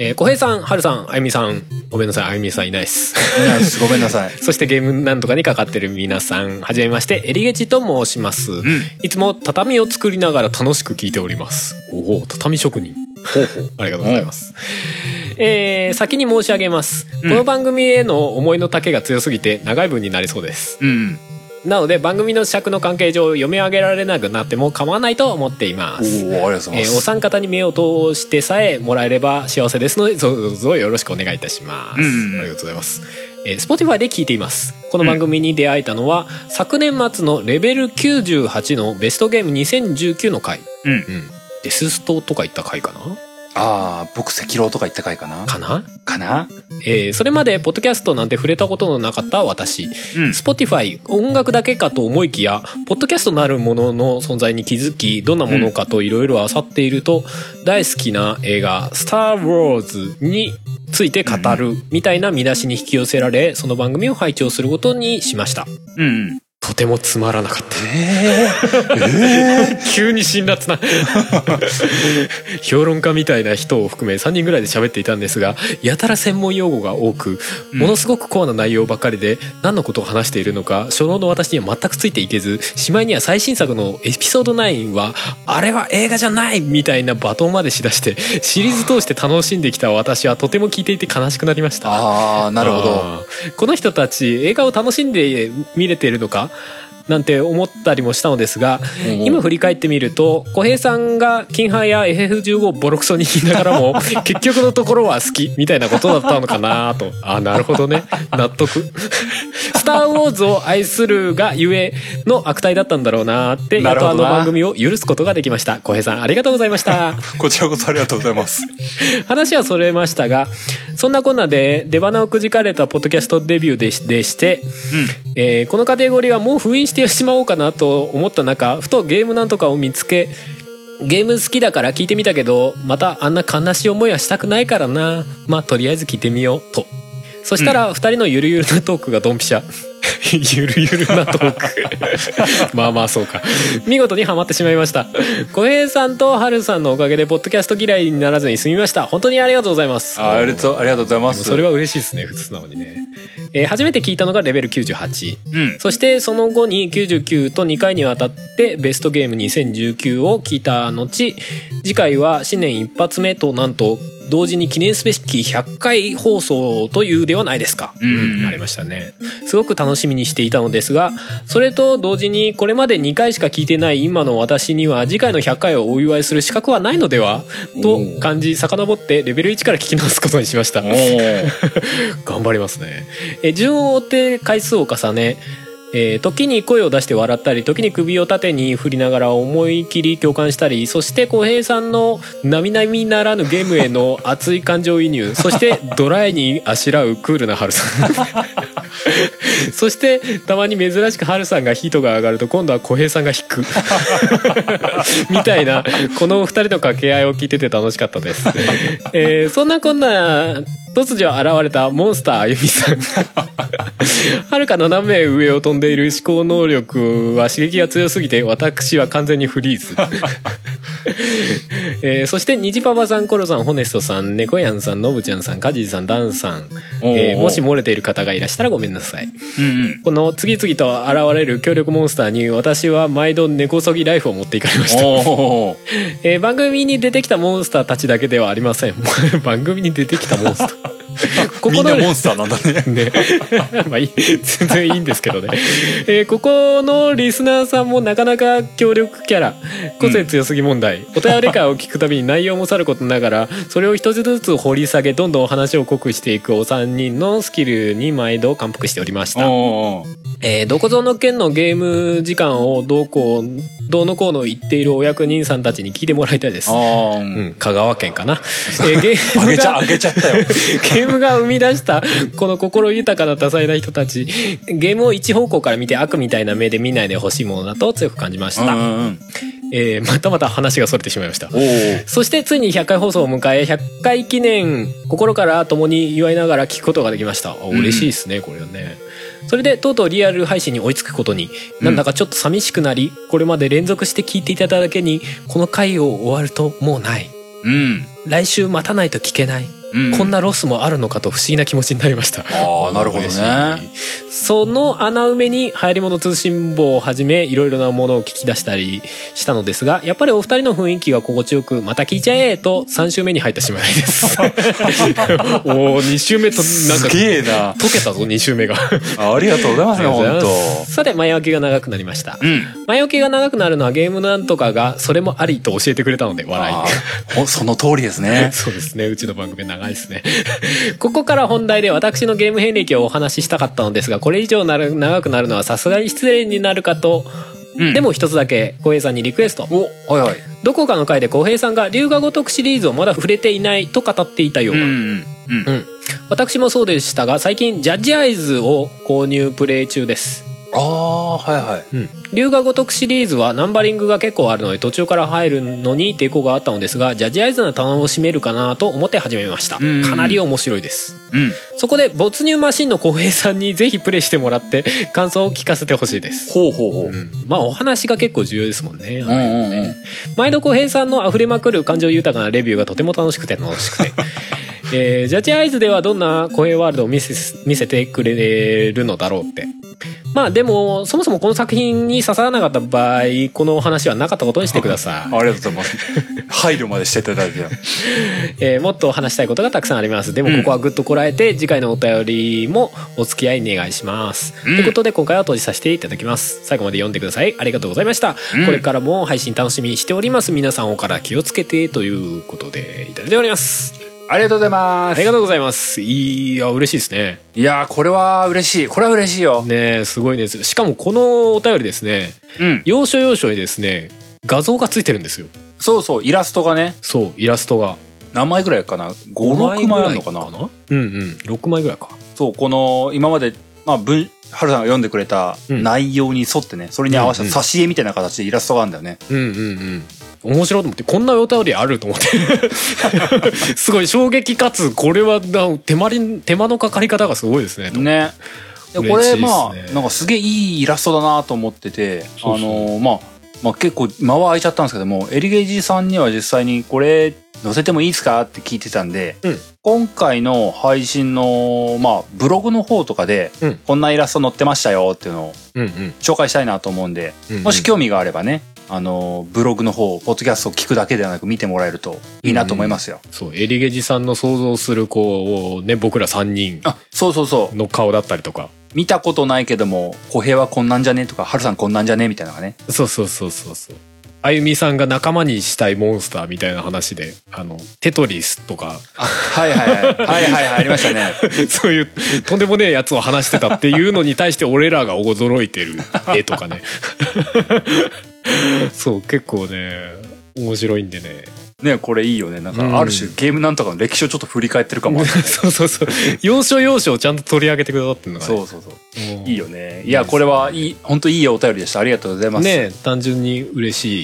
えー、小平さん、はるさん、あゆみさん。ごめんなさい、あゆみさんいないです。 ナイスごめんなさい。そしてゲームなんとかにかかってる皆さん、はじめまして、エリゲチと申します。んいつも畳を作りながら楽しく聞いております。おお、畳職人。 ありがとうございます。えー、先に申し上げます。うんこの番組への思いの丈が強すぎて長い文になりそうです。うん。なので番組の尺の関係上読み上げられなくなっても構わないと思っていまおおーあす。りがとうございえまーす。お三方に目を通してさえもらえれば幸せですのでどうぞどうぞよろしくお願いいたします、うんありがとうございます、えー、Spotify で聞いていますこの番組に出会えたのは、昨年末のレベル98のベストゲーム2019の回、うんう。ん、デスストとかいった回かなああ、僕、赤狼とか言った回かなかな、かなえーそれまでポッドキャストなんて触れたことのなかった私うん。 Spotify 音楽だけかと思いきやポッドキャストなるものの存在に気づきどんなものかといろいろ漁っていると、大好きな映画「スター・ウォーズ」について語るみたいな見出しに引き寄せられその番組を拝聴することにしましたうん。とてもつまらなかったえ 急に辛辣な評論家みたいな人を含め3人ぐらいで喋っていたんですがやたら専門用語が多くうんものすごくコアな内容ばかりで何のことを話しているのか初老の私には全くついていけずしまいには最新作のエピソード9はあれは映画じゃないみたいな罵倒までしだしてシリーズ通して楽しんできた私はとても聞いていて悲しくなりましたああ、なるほど。あーこの人たち映画を楽しんで見れているのかなんて思ったりもしたのですがうん今振り返ってみると小平さんが「金杯」や「FF15」をボロクソに言いなが らも結局のところは好きみたいなことだったのかなとあなるほどね納得「スター・ウォーズ」を愛するがゆえの悪態だったんだろうなってなやっるとあほどのな番組を許すことができました小平さんありがとうございました。こちらこそありがとうございます。話はそれましたがそんなこんなで出花をくじかれたポッドキャストデビューでしでして、えーこのカテゴリーはもう封印してしまおうかなと思った中ふとゲームなんとかを見つけゲーム好きだから聞いてみたけどまたあんな悲しい思いはしたくないからなまあとりあえず聞いてみようとそしたら2人のゆるゆるなトークがドンピシャ ゆるゆるなトーク まあまあそうか見事にはまってしまいました小平さんとはるさんのおかげでポッドキャスト嫌いにならずに済みました本当にありがとうございますあありがとう、ありがとうございます。それは嬉しいですね普通素直にね、えー初めて聞いたのがレベル98うん。そしてその後に99と2回にわたってベストゲーム2019を聞いた後次回は新年一発目となんと同時に記念すべき100回放送というではないですか、うんありましたねすごく楽しみにしていたのですがそれと同時にこれまで2回しか聞いてない今の私には次回の100回をお祝いする資格はないのではと感じ遡ってレベル1から聞き直すことにしましたおー 頑張りますね。え順を追って回数を重ね、えー時に声を出して笑ったり時に首を縦に振りながら思い切り共感したりそして浩平さんの並々ならぬゲームへの熱い感情移入そしてドライにあしらうクールな春さんそしてたまに珍しく春さんがヒートが上がると今度は浩平さんが引く みたいなこのお二人の掛け合いを聞いてて楽しかったです、えーそんなこんな突如現れたモンスターあゆみさんはるか斜め上を飛んでいる思考能力は刺激が強すぎて私は完全にフリーズ、えーそして虹パパさんコロさんホネストさん猫やんさんのぶちゃんさんカジーさんダンさん、えーおーもし漏れている方がいらしたらごめんなさいうんうん。この次々と現れる強力モンスターに私は毎度根こそぎライフを持っていかれましたおーえー番組に出てきたモンスターたちだけではありません 番組に出てきたモンスタ ーこみこんなのモンスターなんだね。ね まあいい全然いいんですけどね、えーここのリスナーさんもなかなか協力キャラ個性強すぎ問題、お便り会を聞くたびに内容もさることながらそれを一つずつ掘り下げどんどんお話を濃くしていくお三人のスキルに毎度感服しておりましたおーえーどこぞの県のゲーム時間をどうこう、どうのこうの言っているお役人さんたちに聞いてもらいたいです。あーううんん、香川県かな。えーゲーあムげちゃ、があ、げちゃったよ。 ゲームが生み出したこの心豊かな多彩な人たち、ゲームを一方向から見て悪みたいな目で見ないでほしいものだと強く感じましうんた。うんうん。えーまたまた話が逸れてしまいましたお。ーそしてついに100回放送を迎え、100回記念、心から共に祝いながら聞くことができました。あ嬉しいですね、これはね。それでとうとうリアル配信に追いつくことになんだかちょっと寂しくなり、これまで連続して聞いていただけにこの回を終わるともうないうん。来週待たないと聞けない、うん。こんなロスもあるのかと不思議な気持ちになりましたああ、なるほどね。その穴埋めに流行り物通信簿をはじめいろいろなものを聞き出したりしたのですがやっぱりお二人の雰囲気が心地よく「また聞いちゃえ!」と3週目に入ってしまいです おお2週目となんすかげえな。溶けたぞ2週目があありがとうございますね、あり本がとうございま当すさて前置きが長くなりました、うん。前置きが長くなるのはゲームなんとかがそれもありと教えてくれたので笑い。あーほその通りですね そうですね。うちの番組長いですね。 ここから本題で私のゲーム遍歴をお話ししたかったのですが、これ以上なる長くなるのはさすがに失礼になるかと、うんでも一つだけ、浩平さんにリクエスト。お、はいはい。どこかの回で浩平さんが龍が如くシリーズをまだ触れていないと語っていたよううんな。うん。うん。私もそうでしたが、最近ジャッジアイズを購入プレイ中です。ああ、はいはい。うん、龍が如くシリーズはナンバリングが結構あるので途中から入るのに抵抗があったのですがジャッジアイズの棚を占めるかなと思って始めましたうんかなり面白いですうん。そこで没入マシンの浩平さんにぜひプレイしてもらって感想を聞かせてほしいです、ほうほうほう。ううんん、まあお話が結構重要ですもんねうんうん。毎度浩平さんの溢れまくる感情豊かなレビューがとても楽しくて楽しくてえージャッジアイズではどんな公平ワールドを見せ見せてくれるのだろうってまあでもそもそもこの作品に刺さらなかった場合このお話はなかったことにしてくださあいりがとうございます。配慮までしていただいて。えーもっと話したいことがたくさんありますでもうんここはぐっとこらえて、次回のお便りもお付き合い願いします、うんということで今回は閉じさせていただきます最後まで読んでくださいありがとうございました、うんこれからも配信楽しみにしております皆さんお体気をつけてということでいただいておりますありがとうございまありす。がとうございますいや嬉しいですねいやー、これは嬉しい。これは嬉しいよ。ねえすごいですしかもこのお便りですねうん。要所要所にですね画像がついてるんですよそうそう、イラストがね、そうイラストが何枚ぐらいかな ?5、6枚あるのかなうんうん6枚ぐらいかそう、この、今まで、まあ、文、はるさんが読んでくれたうん内容に沿ってね、それに合わせうんたうん挿絵みたいな形でイラストがあるんだよね。うんうんうん面白いと思ってこんなお便りあると思って すごい衝撃かつこれはな手間り手間のかかり方がすごいですねとね。でこ嬉しれ、いっすねまあ、なんかすげえいいイラストだなと思ってて、そうそうあのーまあ、まあ結構間は空いちゃったんですけども、エリゲージさんには実際にこれ載せてもいいですかって聞いてたんで、うん今回の配信の、まあ、ブログの方とかで、うんこんなイラスト載ってましたよっていうのをうんうん紹介したいなと思うんで、うんうんもし興味があればね、あのー、ブログの方、ポッドキャストを聞くだけではなく見てもらえるといいなと思いますよ。そうエリゲジさんの想像するこうね僕ら3人あ、そうそうそう。の顔だったりとか見たことないけども、小平はこんなんじゃねとか、春さんこんなんじゃねみたいなのがね。そうそうそうそうそうあゆみさんが仲間にしたいモンスターみたいな話であのテトリスとかあはいはいはい。はいはいはい、ありましたね。 そういうとんでもねえやつを話してたっていうのに対して俺らが驚いてる絵とかね そう結構ね面白いんでね ねこれいいよね。なんか、ある種、ゲームなんとかの歴史をちょっと振り返ってるかも。 そうそうそう要所要所をちゃんと取り上げてくださってるのがねそうそうそう。うんいいよね。いや、これはいい、本当いいお便りでした。ありがとうございます。ねえ単純に嬉し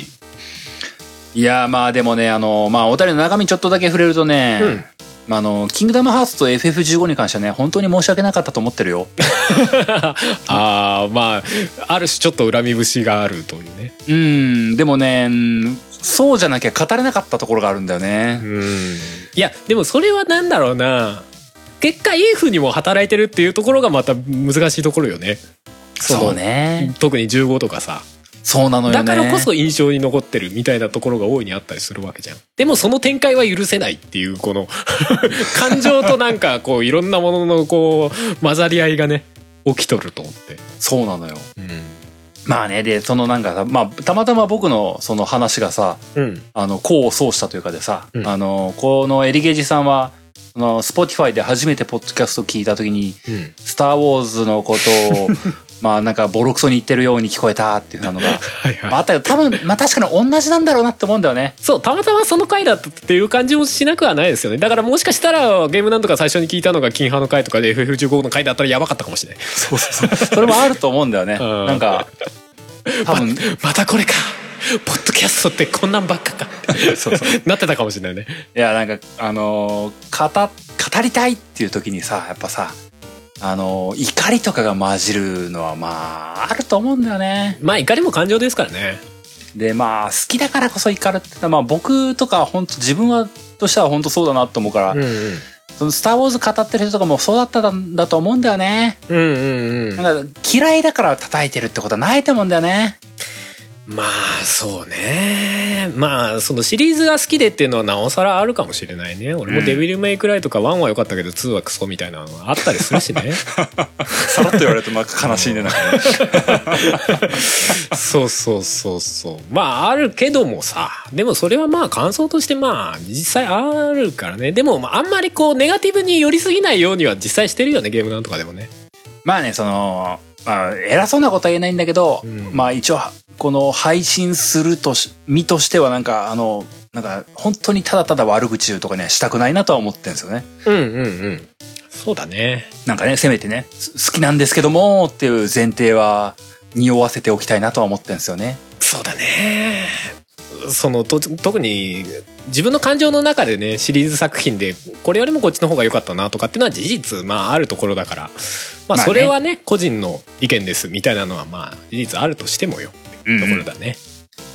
いいや、まあでもね、あの、まあお便りの中身ちょっとだけ触れるとね、うんまああの、キングダムハーツと FF15 に関してはね、本当に申し訳なかったと思ってるよ。ああまあある種ちょっと恨み節があるというねうん、でもね、うんそうじゃなきゃ語れなかったところがあるんだよね。いやでもそれはなんだろうな結果いい風にも働いてるっていうところがまた難しいところよねのそうね。特に15とかさそうなのよね。だからこそ印象に残ってるみたいなところが大いにあったりするわけじゃんでもその展開は許せないっていうこの 感情となんかこういろんなもののこう混ざり合いがね起きとると思って、そうなのよ。まあね、で、そのなんかさ、まあ、たまたま僕のその話がさ、うん、あの、功を奏したというかでさ、うんあの、このエリゲージさんは、あの、スポティファイで初めてポッドキャストを聞いたときに、うん、スター・ウォーズのことを、 まあなんかボロクソに言ってるように聞こえたっていうのが、 はいはい、まああったけど、多分、まあ確かに同じなんだろうなって思うんだよね。そう、たまたまその回だったっていう感じもしなくはないですよね。だからもしかしたら、ゲームなんとか最初に聞いたのが、金派の回とかで FF15 の回だったらやばかったかもしれな い。そうそうそう。それもあると思うんだよね。うんなん か、多分、またこれかポッドキャストってこんなんばっかかっ て。そうそう。 なってたかもしれないね。いや、なんか、あのー語、語りたいっていう時にさ、やっぱさ、あの、怒りとかが混じるのはまあ、あると思うんだよね。まあ怒りも感情ですからねで、まあ、好きだからこそ怒るってのは、まあ僕とか本当自分は、としては本当そうだなと思うから、うんそのスター・ウォーズ語ってる人とかもそうだったんだと思うんだよね。うんうんうんなんか嫌いだから叩いてるってことはないと思うんだよね。まあそうねまあそのシリーズが好きでっていうのはなおさらあるかもしれないね俺うもん「デビル・メイク・ライ」とか1は良かったけど2はクソみたいなのがあったりするし ねさらっと言われるとなんか悲しいね、なんかね。そうそうそうそうまああるけどもさでもそれはまあ感想としてまあ実際あるからねでもまああんまりこうネガティブに寄りすぎないようには実際してるよねゲームなんとかでもねまあね、その、まあ、偉そうなことは言えないんだけど、うんまあ一応、この配信するとし、身としてはなんか、あの、なんか、本当にただただ悪口とかね、したくないなとは思ってるんですよね。うんうんうんそうだねなんかね、せめてね、す好きなんですけども、っていう前提は、匂わせておきたいなとは思ってるんですよね。そうだねそのと特に自分の感情の中でねシリーズ作品でこれよりもこっちの方が良かったなとかっていうのは事実まああるところだから、まあまあ、ねそれはね個人の意見ですみたいなのはまあ事実あるとしてもようんところだね、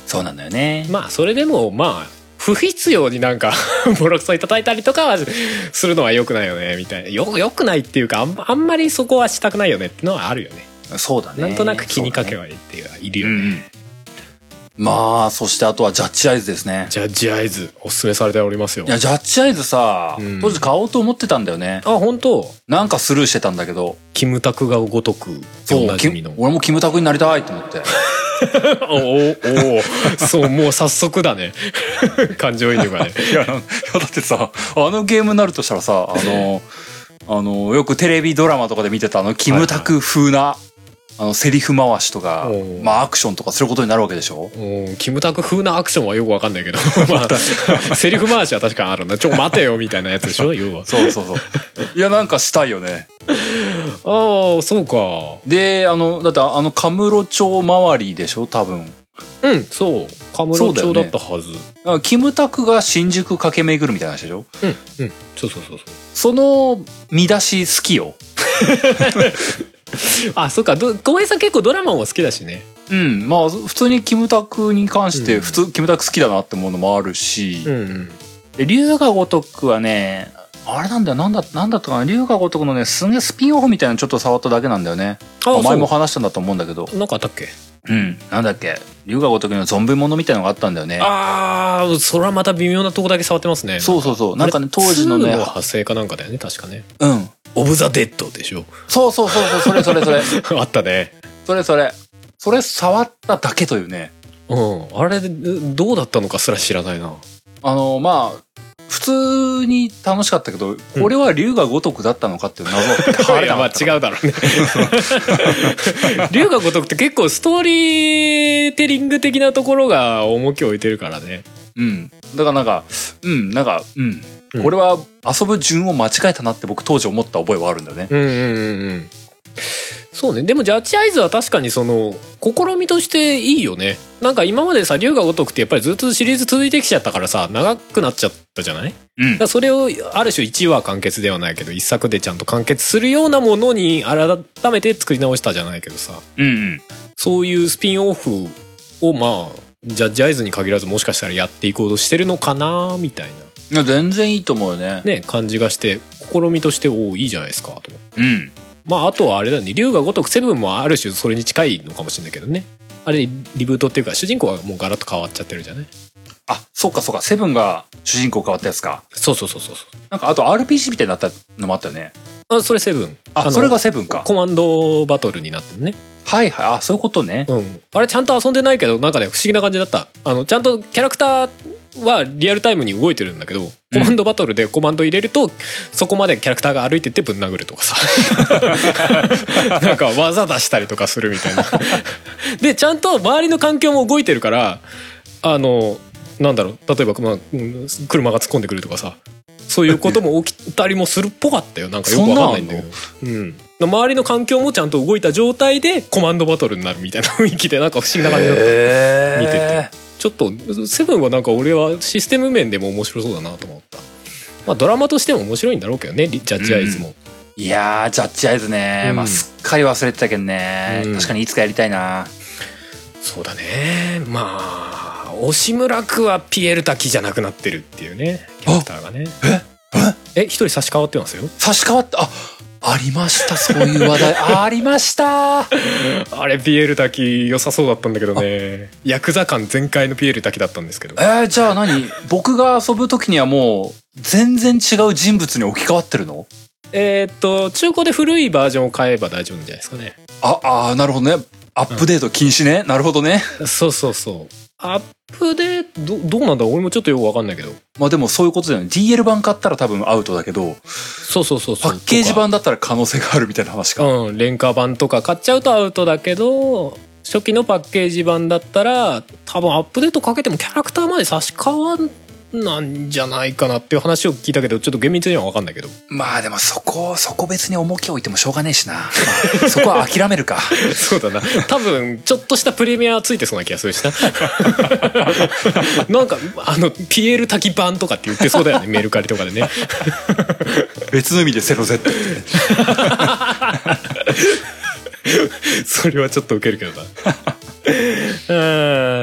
そうなんだよね。まあそれでもまあ不必要になんか ボロクソに叩いたりとかはするのは良くないよねみたいなよよくないっていうかあんあんまりそこはしたくないよねっていうのはあるよねそうだね。なんとなく気にかけは。はいっていうはいるうよんね、うん。まあ、そしてあとはジャッジアイズですね。ジャッジアイズおすすめされておりますよいや、ジャッジアイズさ、うん当時買おうと思ってたんだよね。あ本当なんかスルーしてたんだけど、キムタクがごとくおそう、なキじみムのお俺もキムタクになりたいと思って。おお そうもう早速だね 感情移入がねいや、いやだってさ、あのゲームになるとしたらさ、あ の、あの、よくテレビドラマとかで見てたあの、キムタク風な、あの、セリフ回しとかお、うまあ、アクションとかすることになるわけでしょうんキムタク風なアクションはよくわかんないけど まあセリフ回しは確かにあるなちょ待てよみたいなやつで しょ要はそう そうそう。いや、なんかしたいよね。ああそうかで、あの、だってあの、カムロ町周りでしょ多分。うんそうカムそうロだよ町ねだったはずう,、だからキムタクが新宿駆け巡るみたいな話でしょんうんそうそうそうそうその見出し好きよ。あそうかど小林さん結構ドラマも好きだしねうん。まあ、普通にキムタクに関して、普通、キムタク好きだなって思うのもあるし、うんうんで龍が如くはね、あれなんだよ、なんだ、なんだったかな、龍が如くのね、すげえスピンオフみたいなのちょっと触っただけなんだよね。あお前もそ話したんだと思うんだけど。うなんかあったっけうん。なんだっけ、龍が如くの存分ものみたいなのがあったんだよね。ああそれはまた微妙なとこだけ触ってますねそうそうそう。なんかね、当時のあれね2、派生かなんかだよね確かねうん。オブ・ザ・デッドでしょ そうそうそうそう、それそれそれ。あったねそれそれ。それ触っただけというね。うんあれどうだったのかすら知らないなあの、まあ、普通に楽しかったけど、これは龍が如くだったのかっていう謎が晴あれれなかはまあった。違うだろう ね龍が如くって結構ストーリーテリング的なところが重きを置いてるからねうん。だからなんか、うん、なんか、うん。うんこれは遊ぶ順を間違えたなって僕当時思った覚えはあるんだよね。うんうんうんうんそうねでもジャッジアイズは確かにその試みとしていいよねなんか今までさ龍が如くってやっぱりずっとシリーズ続いてきちゃったからさ長くなっちゃったじゃないうんだか。らそれをある種1話完結ではないけど1作でちゃんと完結するようなものに改めて作り直したじゃないけどさうんうん。そういうスピンオフをまあジャッジアイズに限らずもしかしたらやっていこうとしてるのかなみたいいや全然いいと思うよねな。ね感じがして試みとしておおいいじゃないですかと思ってうん。まああとはあれだね龍が如くセブンもある種それに近いのかもしれないけどねあれリブートっていうか主人公はもうガラッと変わっちゃってるじゃないあ、そうかそうか。セブンが主人公変わったやつか。そうそうそうそうそうなんかあと RPG みたいになったのもあったよね。あそれセブンあ、のそれがセブンか。コマンドバトルになってるねはいはい。あ、そういうことね。うん、あれちゃんと遊んでないけどなんかね不思議な感じだったあのちゃんとキャラクターはリアルタイムに動いてるんだけどコマンドバトルでコマンド入れると、そこまでキャラクターが歩いてってぶん殴るとか さなんか技出したりとかするみたいなでちゃんと周りの環境も動いてるからあのなんだろう例えば、まあうん車が突っ込んでくるとかさそういうことも起きたりもするっぽかったよなんかよくわかんないんだけどうん、周りの環境もちゃんと動いた状態でコマンドバトルになるみたいな雰囲気でなんか不思議な感じだったへ見てちょっとセブンはなんか俺はシステム面でも面白そうだなと思ったまあドラマとしても面白いんだろうけどねリジャッジアイズも、いいやー、ジャッジアイズね、うんまあ、すっかり忘れてたけんね、うん確かにいつかやりたいな。そうだねまあ押村区はピエール滝じゃなくなってるっていうねキャラクターがねええ一人差し替わってますよ差し替わった、あ、ありました、そういう話 題。ありました。あれピエール滝良さそうだったんだけどねヤクザ感全開のピエール滝だったんですけどえー、じゃあ何僕が遊ぶ時にはもう、全然違う人物に置き換わってるのえーっと中古で古いバージョンを買えば大丈夫じゃないですかねあ、あーなるほどね。アップデート禁止ね。なるほどね。そうそうそうアップデートどどうなんだ俺もちょっとよくわかんないけどまあでもそういうことだよね。DL 版買ったら多分アウトだけど、そうそうそうそパうッケージ版だったら可能性があるみたいな話か。うん、廉価版とか買っちゃうとアウトだけど初期のパッケージ版だったら多分アップデートかけてもキャラクターまで差し替わんなんじゃないかなっていう話を聞いたけどちょっと厳密には分かんないけどまあでもそこ、そこ別に重きを置いてもしょうがねえしな。まあそこは諦めるか。そうだな多分ちょっとしたプレミアついてそうな気がするし ななんかあのピエール滝版とかって言ってそうだ よねメルカリとかでね 別の意味でセロゼット。それはちょっとウケる けどな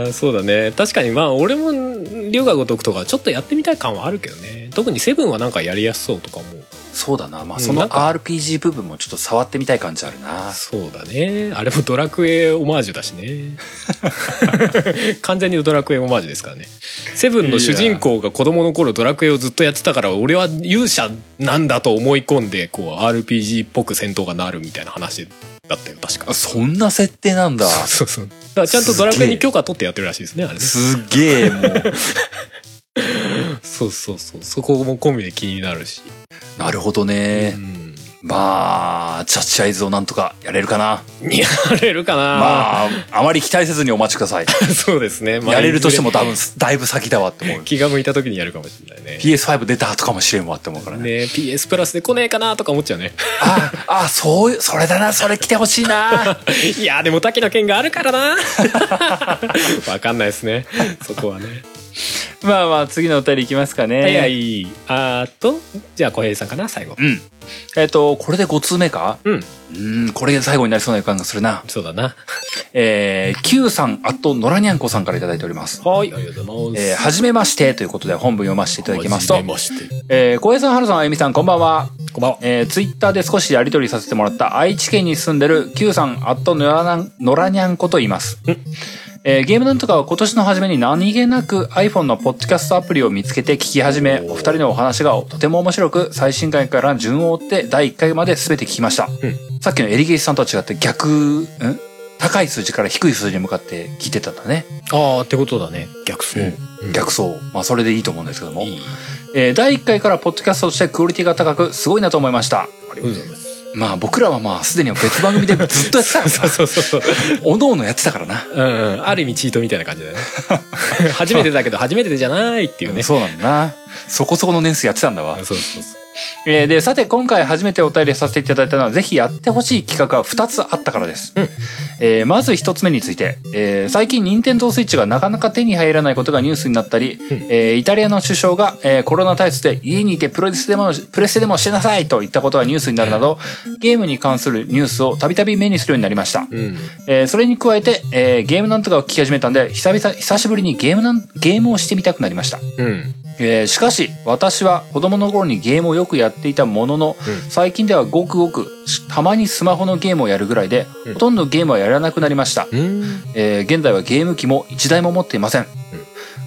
うんそうだね確かにまあ俺も龍が如くとかちょっとやってみたい感はあるけどね特にセブンはなんかやりやすそうとかもそうだな。まあうんそのなんか RPG 部分もちょっと触ってみたい感じあるな。そうだねあれもドラクエオマージュだしね 完全にドラクエオマージュですからねセブンの主人公が子供の頃ドラクエをずっとやってたから俺は勇者なんだと思い込んでこう RPG っぽく戦闘がなるみたいな話だったよ確かあそんな設定なんだ。そうそうだからちゃんとドラクエに許可取ってやってるらしいですねあれねすっげえもう。そうそうそうそこも込みで気になるし、 なるほどねう。ん、まあ、ジャッジアイズをなんとかやれるかな。やれるかな、まあ、あまり期待せずにお待ちください。 そうですね、まあやれるとしてもいず多分、だいぶ先だわって思うれ。気が向いた時にやるかもしれないね PS5 出た後かもしれんわって思うからね。ね PS プラスで来ねえかなとか思っちゃうね ああ、あそういう、それだな、それ来てほしいな。いやでも滝の剣があるから なわかんないですねそこ はね まあまあ、次のお便りいきますかね。はいはいあーっとじゃあ小平さんかな最後うん。えっ、と、これで5通目かうんうん、これで最後になりそうな予感がするな。そうだなえー、Q さん、あと、野良にゃんこさんからいただいております。はいありがとうございえー、ます、はじめましてということで本文読ませていただきますはとじめ、ましてえー、小平さん、春さん、あゆみさん、こんばんは。こんばんはえー、ツイッターで少しやりとりさせてもらった愛知県に住んでる Q さん、あっとのらなん、のらにゃんこと言います。えーゲームなんとかは今年の初めに何気なく iPhone のポッドキャストアプリを見つけて聞き始め、お二人のお話がとても面白く、最新回から順を追って第1回まで全て聞きました。んさっきのエリゲイスさんとは違って逆、ん高い数字から低い数字に向かって聞いてたんだね。ああってことだね逆走、うん逆走。まあそれでいいと思うんですけども。いいえー第1回からポッドキャストとしてクオリティが高く、すごいなと思いました。ありがとうございますまあ僕らはまあすでに別番組でずっとやってたから そうそうそうそうおのおのやってたからな。うんうん、ある意味チートみたいな感じだ ね初めてだけど初めてじゃないっていうねそうなんだな。そこそこの年数やってたんだわ。そうそうそうえーで、さて今回初めてお便りさせていただいたのは、ぜひやってほしい企画が2つあったからです。うんえーまず1つ目について、えー最近任天堂スイッチがなかなか手に入らないことがニュースになったり、うんえーイタリアの首相が、えーコロナ対策で家にいてプロレスでも、プレスでもしてなさいといったことがニュースになるなど、ゲームに関するニュースをたびたび目にするようになりました。うんえーそれに加えて、えーゲームなんとかを聞き始めたんで、久々、久しぶりにゲームなん、ゲームをしてみたくなりました。うんえーしかし、私は子供の頃にゲームをよくやっていたものの、うん最近ではごくごく、したまにスマホのゲームをやるぐらいで、うんほとんどゲームはやらなくなりました。うんえー現在はゲーム機も一台も持っていません。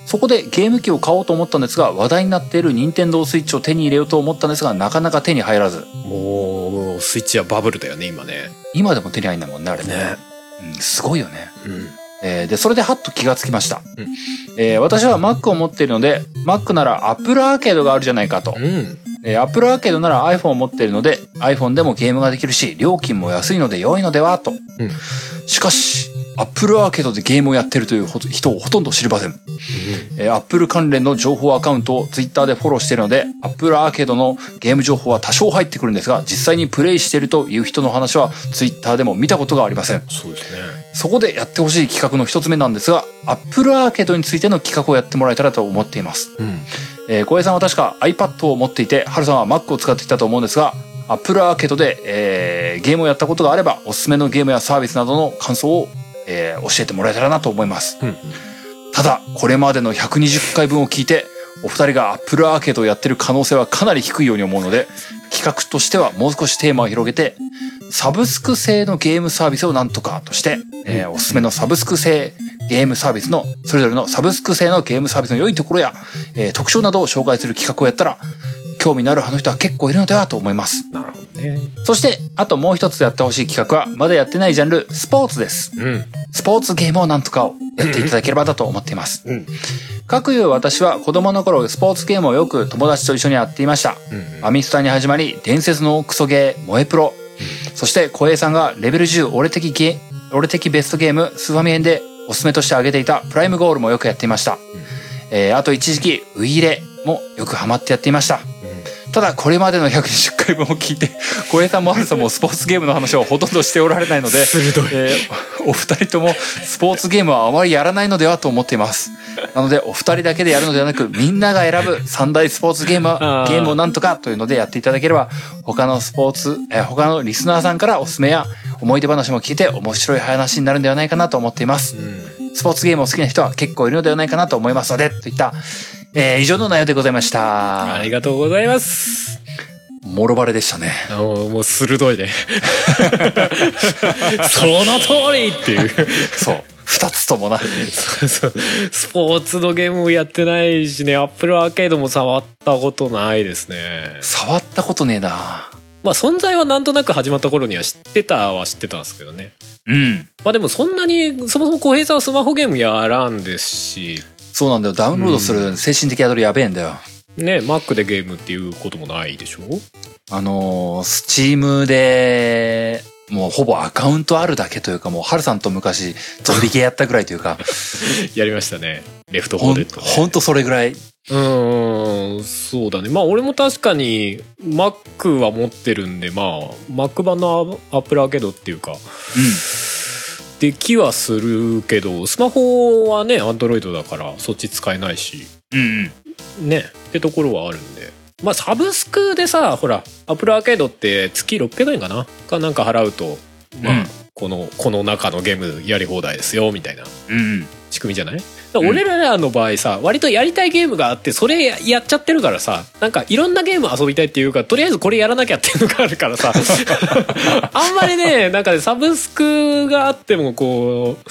そこでゲーム機を買おうと思ったんですが、話題になっている任天堂スイッチを手に入れようと思ったんですが、なかなか手に入らず、もうスイッチはバブルだよね今ね今でも手に入んないもんね、あれね。ねうん、すごいよね。うんえーで、それでハッと気がつきました。うんえー私は Mac を持っているので、Mac なら Apple Arcade があるじゃないかと。うんえー Apple Arcade なら iPhone を持っているので、iPhone でもゲームができるし、料金も安いので良いのではと。うんしかし、Apple Arcade でゲームをやっているというほと人をほとんど知りません。えー Apple 関連の情報アカウントを Twitter でフォローしているので、Apple Arcade のゲーム情報は多少入ってくるんですが、実際にプレイしているという人の話は Twitter でも見たことがありません。そうですねそこでやってほしい企画の一つ目なんですが、Apple Arcade についての企画をやってもらえたらと思っています。うんえー、小平さんは確か iPad を持っていて、春さんは Mac を使ってきたと思うんですが、 Apple アーケードで、えーゲームをやったことがあれば、おすすめのゲームやサービスなどの感想を、えー教えてもらえたらなと思います。うんただ、これまでの120回分を聞いて、お二人が Apple アーケードをやってる可能性はかなり低いように思うので、企画としてはもう少しテーマを広げて、サブスク製のゲームサービスをなんとかとして、えーおすすめのサブスク製ゲームサービスの、それぞれのサブスク製のゲームサービスの良いところや、えー特徴などを紹介する企画をやったら、興味のある派の人は結構いるのではと思います。なるほどね。そして、あともう一つやってほしい企画は、まだやってないジャンル、スポーツです。うん。スポーツゲームをなんとかをやっていただければだと思っています。うん。かくいう私は子供の頃スポーツゲームをよく友達と一緒にやっていました。うん。アミスタに始まり、伝説のクソゲー、萌えプロ。そして、小平さんがレベル10俺的ゲー、俺的ベストゲーム、スーファミ編でおすすめとして挙げていたプライムゴールもよくやっていました。えー、あと一時期、ウイイレもよくハマってやっていました。ただ、これまでの120回分を聞いて、 小平さんもアルさんもスポーツゲームの話をほとんどしておられないので、鋭い。えーおお二人ともスポーツゲームはあまりやらないのではと思っています。なので、お二人だけでやるのではなく、みんなが選ぶ三大スポーツゲームは あ、ーゲームをなんとかというのでやっていただければ、他のスポーツ、えー他のリスナーさんからおすすめや思い出話も聞いて面白い話になるんではないかなと思っています。スポーツゲームを好きな人は結構いるのではないかなと思いますので、といった、えー以上の内容でございましあた。りがとうございます。もろバレでしたね。あもうもう鋭い ね。その通りっていう。そう。二つとも な。そうそうスポーツのゲームもやってないしね、アップルアーケードも触ったことないですね。触ったことねえな。まあ存在はなんとなく始まった頃には知ってたは知ってたんですけどね。うん。まあでもそんなに、そもそも浩平さんはスマホゲームやらんですし、そうなんだよ。ダウンロードする精神的アドルやべえんだよ。ね、Mac でゲームっていうこともないでしょあのー、スチームで、もうほぼアカウントあるだけというか、もうハルさんと昔ゾンビゲーやったぐらいというか、やりましたね。レフトフォほーんデッドね、ほんと それぐらい。うーん、そうだね。まあ俺も確かに Mac は持ってるんで、まあ Mac 版のアップルアーケードっていうか、できはするけど、スマホはね、Android だからそっち使えないし、うん。うん。ね、ってところはあるんで。まあサブスクでさ、ほら、アップルアーケードって月600円かなかなんか払うと、まあ、うんこの、この中のゲームやり放題ですよ、みたいな。うん。仕組みじゃないだから俺らの場合さ、割とやりたいゲームがあってそれやっちゃってるからさなんかいろんなゲーム遊びたいっていうかとりあえずこれやらなきゃっていうのがあるから さあんまりねなんかねサブスクがあってもこう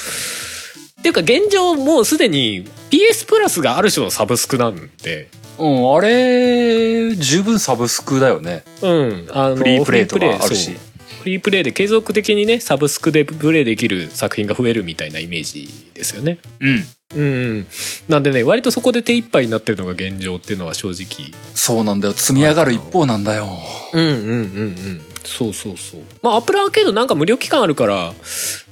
っていうか現状もうすでに PS プラスがある種のサブスクなんで。うん、あれ、十分サブスクだよね。うん、あのフリープレイとかあるフリープレイしそう。フリープレイで継続的にねサブスクでプレイできる作品が増えるみたいなイメージですよねうん。うんうん、なんでね割とそこで手一杯になってるのが現状っていうのは正直そうなんだよ。積み上がる一方なんだよ。うんうんうんうんそうそうそうまあアップルアーケードなんか無料期間あるから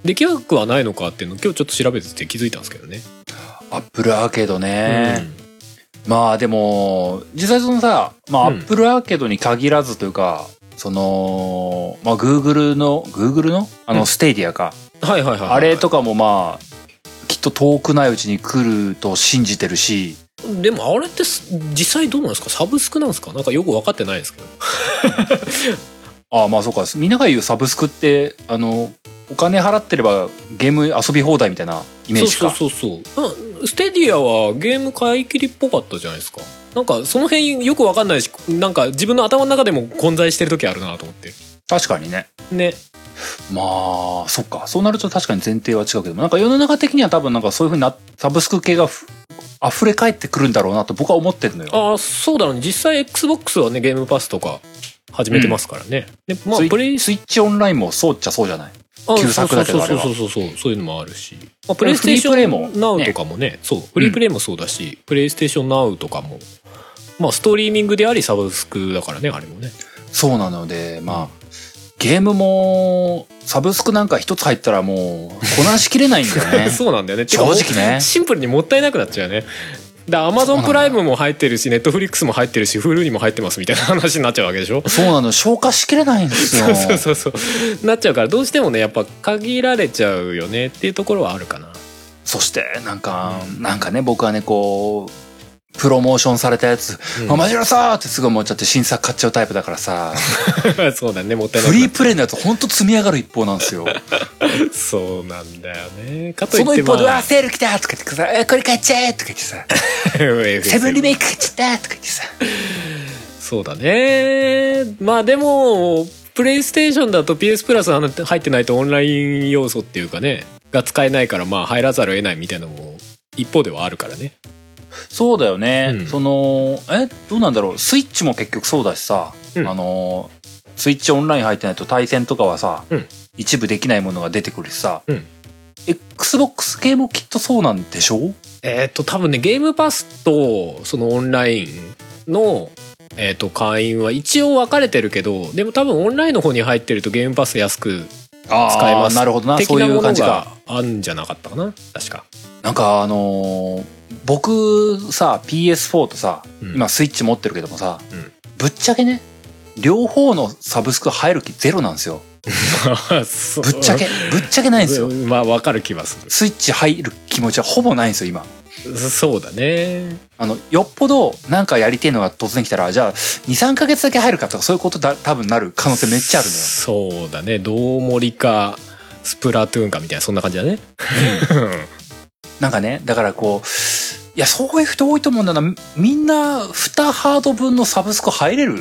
できなくはないのかっていうの今日ちょっと調べてて気づいたんですけどね、アップルアーケードね。まあでも、実際そのさ、まあアうんップルアーケードに限らずというか、その、まあ Google の、Google のあうのんステディアか。うん、はいはいはい、あれとかもまあ、きっと遠くないうちに来ると信じてるし、でもあれってす実際どうなんですかサブスクなんですかなんかよく分かってないですけどああまあそうか、みんなが言うサブスクって、あの、お金払ってればゲーム遊び放題みたいなイメージか。そうそうそうそう、うん、ステディアはゲーム買い切りっぽかったじゃないですかなんかその辺よく分かんないしなんか自分の頭の中でも混在してる時あるなと思って確かにね。ねまあ、そっか。そうなると確かに前提は違うけども、なんか世の中的には多分なんかそういうふうにな、サブスク系がふ溢れ返ってくるんだろうなと僕は思ってるのよ。ああそうだろうね実際 XBOX はねゲームパスとか始めてますからね、でまあスイプレイスイッチオンラインもそうっちゃそうじゃない。あ旧作だけどあれはそうそうそうそうそうそういうのもあるし、まあ、プレイスフテーリーシプレイョもン Now とかもねそうフリープレイもそうだし、プレイステーション Now とかもまあストリーミングでありサブスクだからねあれもねそうなので、まあ、ゲームも、サブスクなんか一つ入ったらもう、こなしきれないんだよね。 そうなんだよね正直ねてかシンプルにもったいなくなっちゃうよねだアマそうゾなンんだプライムも入ってるしネットフリックスも入ってるし Hulu にも入ってますみたいな話になっちゃうわけでしょ そうなの、消化しきれないんですよ。そうそうそうそうなっちゃうからどうしてもねやっぱ限られちゃうよねっていうところはあるかな そして、なんか、なんかね、僕はね、こう、プロモーションされたやつ、あマジラさーってすぐ思っちゃって新作買っちゃうタイプだからさ、そうだねもったいなフいリープレイのやつほんと積み上がる一方なんです よ。そうなんだよねかといそのって一方で、うまわ、あセール来たとか言ってさ、えこれ買っちゃえとか言って さ、セブンリメイク買っちゃったとか言ってさ。そうだねまあでもプレイステーションだと PS プラス入ってないとオンライン要素っていうかねが使えないからまあ入らざるを得ないみたいなのも一方ではあるからねそうだよね。うんその、え、どうなんだろう。スイッチも結局そうだしさ、うんあの、スイッチオンライン入ってないと対戦とかはさ、うん一部できないものが出てくるしさ、うん Xbox 系もきっとそうなんでしょえーっと多分ねゲームパスとそのオンラインの、えーっと会員は一応分かれてるけどでも多分オンラインの方に入ってるとゲームパス安くあ使えますなるほどな。的そうないもうの感じか。があるんじゃなかったかな確か、なんかあのー僕さ、PS4 とさ、うん今スイッチ持ってるけどもさ、うんぶっちゃけね、両方のサブスク入る気ゼロなんですよ。そうぶっちゃけ、ぶっちゃけないんですよ。まあ分かる気はすスイッチ入る気持ちはほぼないんですよ、今。るそうだねあの、よっぽどなんかやりてえのが突然来たら、じゃあ、2、3ヶ月だけ入るかとか、そういうことだ、多分なる可能性めっちゃあるのよ。そうだねどう森かスプラトゥーンかみたいなそんな感じだねなんかね、だからこう、いや、そういう人多いと思うんだな。みんな、2ハード分のサブスク入れる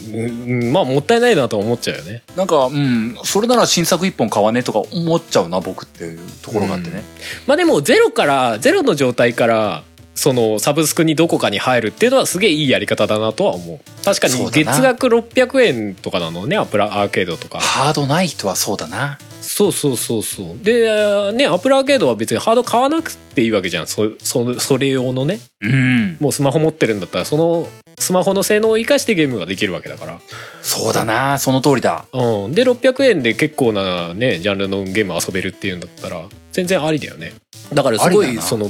うんまあもったいないなとは思っちゃうよねなんか、うん、それなら新作1本買わねえとか思っちゃうな、僕っていうところがあってね。まあでもゼロからゼロの状態からそのサブスクにどこかに入るっていうのはすげえいいやり方だなとは思う確かにそうだな月額600円とかなのねアプラアーケードとかハードない人はそうだな。そうそうそうそうでねアプラアーケードは別にハード買わなくていいわけじゃんそそそれ用のねうん。もうスマホ持ってるんだったらそのスマホの性能を生かしてゲームができるわけだからそうだな、その通りだ。うん、で600円で結構なねジャンルのゲーム遊べるっていうんだったら全然ありだよねだからすごありだいなその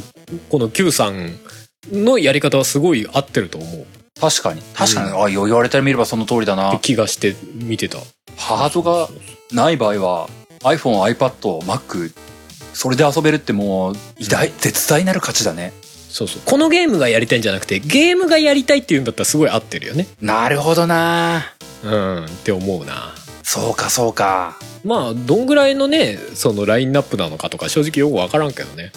この Q さんのやり方はすごい合ってると思う確かに。確かに、あ、言われてみればその通りだな。気がして見てたハードがない場合は iPhone、iPad、Mac それで遊べるってもう偉大、絶大なる価値だね。そうそうこのゲームがやりたいんじゃなくてゲームがやりたいっていうんだったらすごい合ってるよねなるほどなうんって思うなそうかそうか。まあどんぐらいのねそのラインナップなのかとか正直よく分からんけどね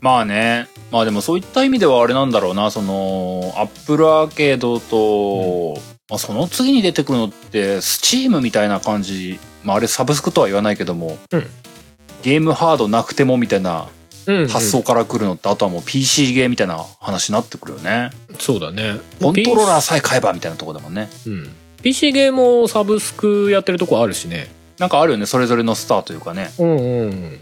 まあね。まあでもそういった意味ではあれなんだろうな。その、Apple アーケードと、まあ、その次に出てくるのって、Steam みたいな感じ。まああれサブスクとは言わないけども、うんゲームハードなくてもみたいなうん、発想から来るのって、あとはもう PC ゲーみたいな話になってくるよね。そうだねコントローラーさえ買えばみたいなとこだもんね。うん、PC ゲームもサブスクやってるとこあるしねなんかあるよね、それぞれのスターというかね。うんうんうん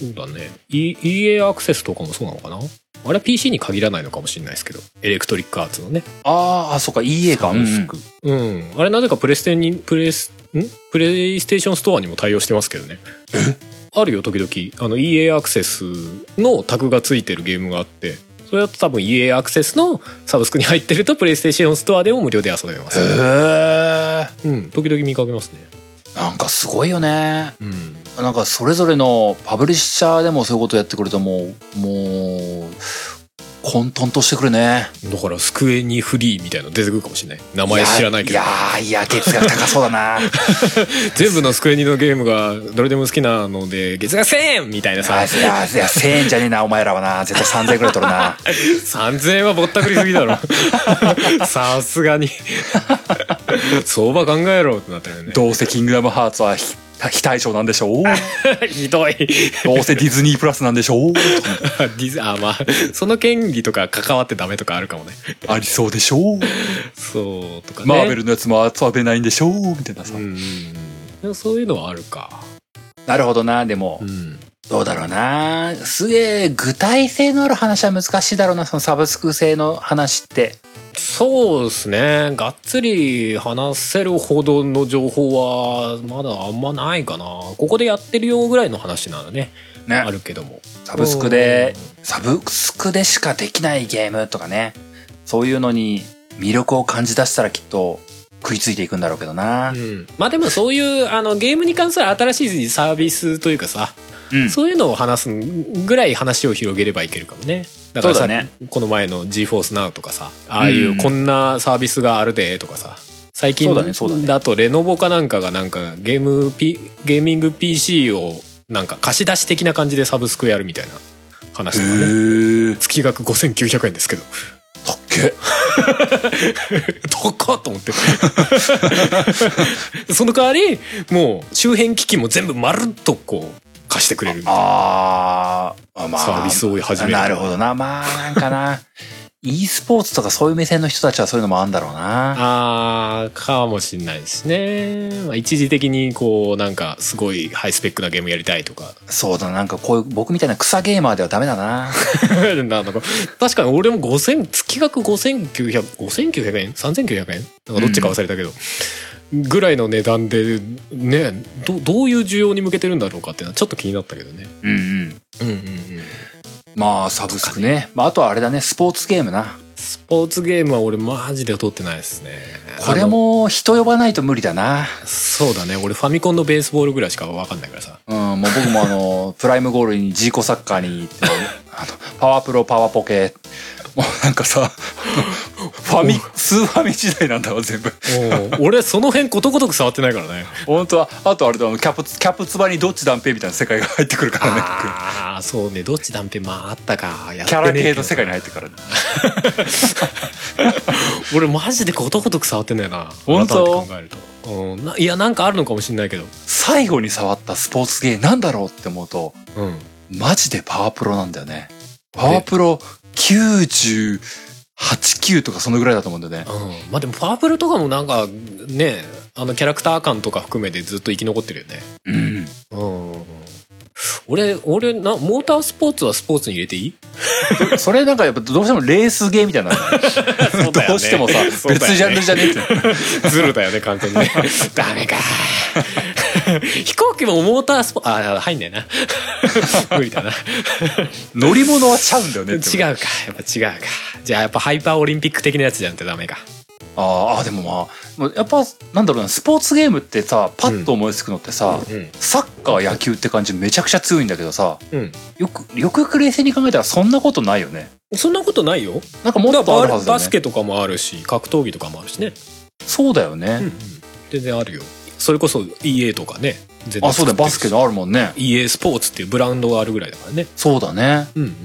そうだね、e、EA アクセスとかもそうなのかなあれは PC に限らないのかもしれないですけどエレクトリックアーツのねあーあ、そうか、EA か。うんうんうん、あれなぜかプレステにプレスんプレイステーションストアにも対応してますけどねあるよ時々あの EA アクセスのタグがついてるゲームがあってそれだと多分 EA アクセスのサブスクに入ってるとプレイステーションストアでも無料で遊べます、へえ。うん、時々見かけますねなんかすごいよね。うんなんかそれぞれのパブリッシャーでもそういうことやってくるともう、もう、混沌としてくるね。だからスクエニフリーみたいなの出てくるかもしれない名前知らないけどやーいや、月額高そうだな。全部のスクエニのゲームがどれでも好きなので月額1000円みたいな さあいや、いや、1000円じゃねえな、お前らはな。絶対3000円くらい取るな。 3000円はぼったくりすぎ だろさすがに相場考えろってなったよ ねどうせキングダムハーツは非非対称なんでしょうひどい デどうせディズニープラスなんでしょうィズあまあその権利とか関わってダメとかあるかもねありそうでしょうそうとかねマーベルルのやつも遊べないんでしょうみたいなさ。うんでもそういうのはあるかなるほどな。でも、うんどうだろうな。すげえ具体性のある話は難しいだろうな。そのサブスク性の話って。そうですねがっつり話せるほどの情報はまだあんまないかなここでやってるよぐらいの話ならねねあ。るけどもサブスクで、サブスクでしかできないゲームとかね。そういうのに魅力を感じ出したらきっと食いついていくんだろうけどな。うんまあでもそういうあのゲームに関する新しいサービスというかさうんそういうのを話すぐらい話を広げればいけるかもねだからそさ、うだねこの前の GForce Now とかさああいううんこんなサービスがあるでとかさ最近そうだねそうだねとレノボかなんかがなんかゲーム、P、ゲーミング PC をなんか貸し出し的な感じでサブスクやるみたいな話とかねへえ月額5900円ですけどたっけ高っと思ってその代わりもう周辺機器も全部まるっとこう貸してくれるみたいなあーあまあサービスを始めるなるほどなまあなんかな e スポーツとかそういう目線の人たちはそういうのもあんだろうなあーかもしんないですね、まあ、一時的にこうなんかすごいハイスペックなゲームやりたいとか そうだななんかこういう僕みたいな草ゲーマーではダメだななんか確かに俺も5000月額5900 5900円3900円なんかどっちか忘れたけど、ぐらいの値段でねどどういう需要に向けてるんだろうかっていうのはちょっと気になったけどねうんうんうんうんうんまあサブスクね、まあ、あとはあれだねスポーツゲームなスポーツゲームは俺マジで通ってないですねこれも人呼ばないと無理だなあのそうだね俺ファミコンのベースボールぐらいしか分かんないからさうん、もう僕もあ の、プライムゴールにジーコサッカーに行って、あの、パワープロ、パワーポケ、もうなんかさ、 ファミ、スーファミ時代なんだわ、全部。おう 俺その辺ことごとく触ってないからね本当は、あとあれだ、あのキャプツ、キャプツバにどっち断平みたいな世界が入ってくるからね。ああそうねどっち断片まああったかやってねえけどキャラ系の世界に入ってからね。俺マジでことごとく触ってんだよな本当改めて考えると、うん、ないやなんかあるのかもしんないけど最後に触ったスポーツゲーなんだろうって思うと、うんマジでパワープロなんだよね。パワープロ98、9とかそのぐらいだと思うんだよね。 うん、まあでもパワープルとかもなんかねあのキャラクター感とか含めてずっと生き残ってるよねうん。うん俺俺なモータースポーツはスポーツに入れていいそれなんかやっぱどうしてもレースゲーみたいな。 そうだよねどうしてもさ、そうだよね別ジャンルじゃねえって。ズルだよね完全 にねダメか 飛行機もモータースポああ入んねえな 無理だな乗り物はちゃうんだよね違ってうかやっぱ違うかじゃあやっぱハイパーオリンピック的なやつじゃんってダメかあーあーでもまあもうやっぱなんだろうなスポーツゲームってさパッと思いつくのってさ、うんサッカー野球って感じめちゃくちゃ強いんだけどさうんよくよくよく冷静に考えたらそんなことないよねそんなことないよなんかもっとあるはずだバよスねケとかもあるし格闘技とかもあるしね、そうだよね、全然あるよそれこそ EA とかね全然あそうだよバスケのあるもんね EA スポーツっていうブランドがあるぐらいだからねそうだねうんうんうん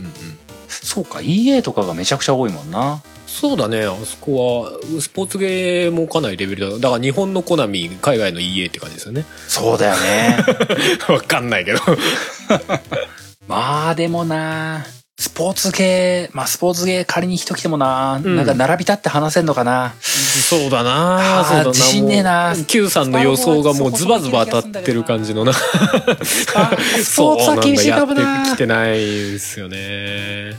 そうか EA とかがめちゃくちゃ多いもんなそうだねあそこはスポーツゲーもかなりレベルだだから日本のコナミ海外の EA って感じです よねそうだよ ねわかんないけどまあでもなスポーツ系まあスポーツ系仮に人来てもな、うんなんか並び立って話せんのかな そうだなあーそうだな自信ねえなもう Q さんの予想がもうズバズバ当たってる感じの なスポーツは厳しいかもそうなんなだやってきてないですよね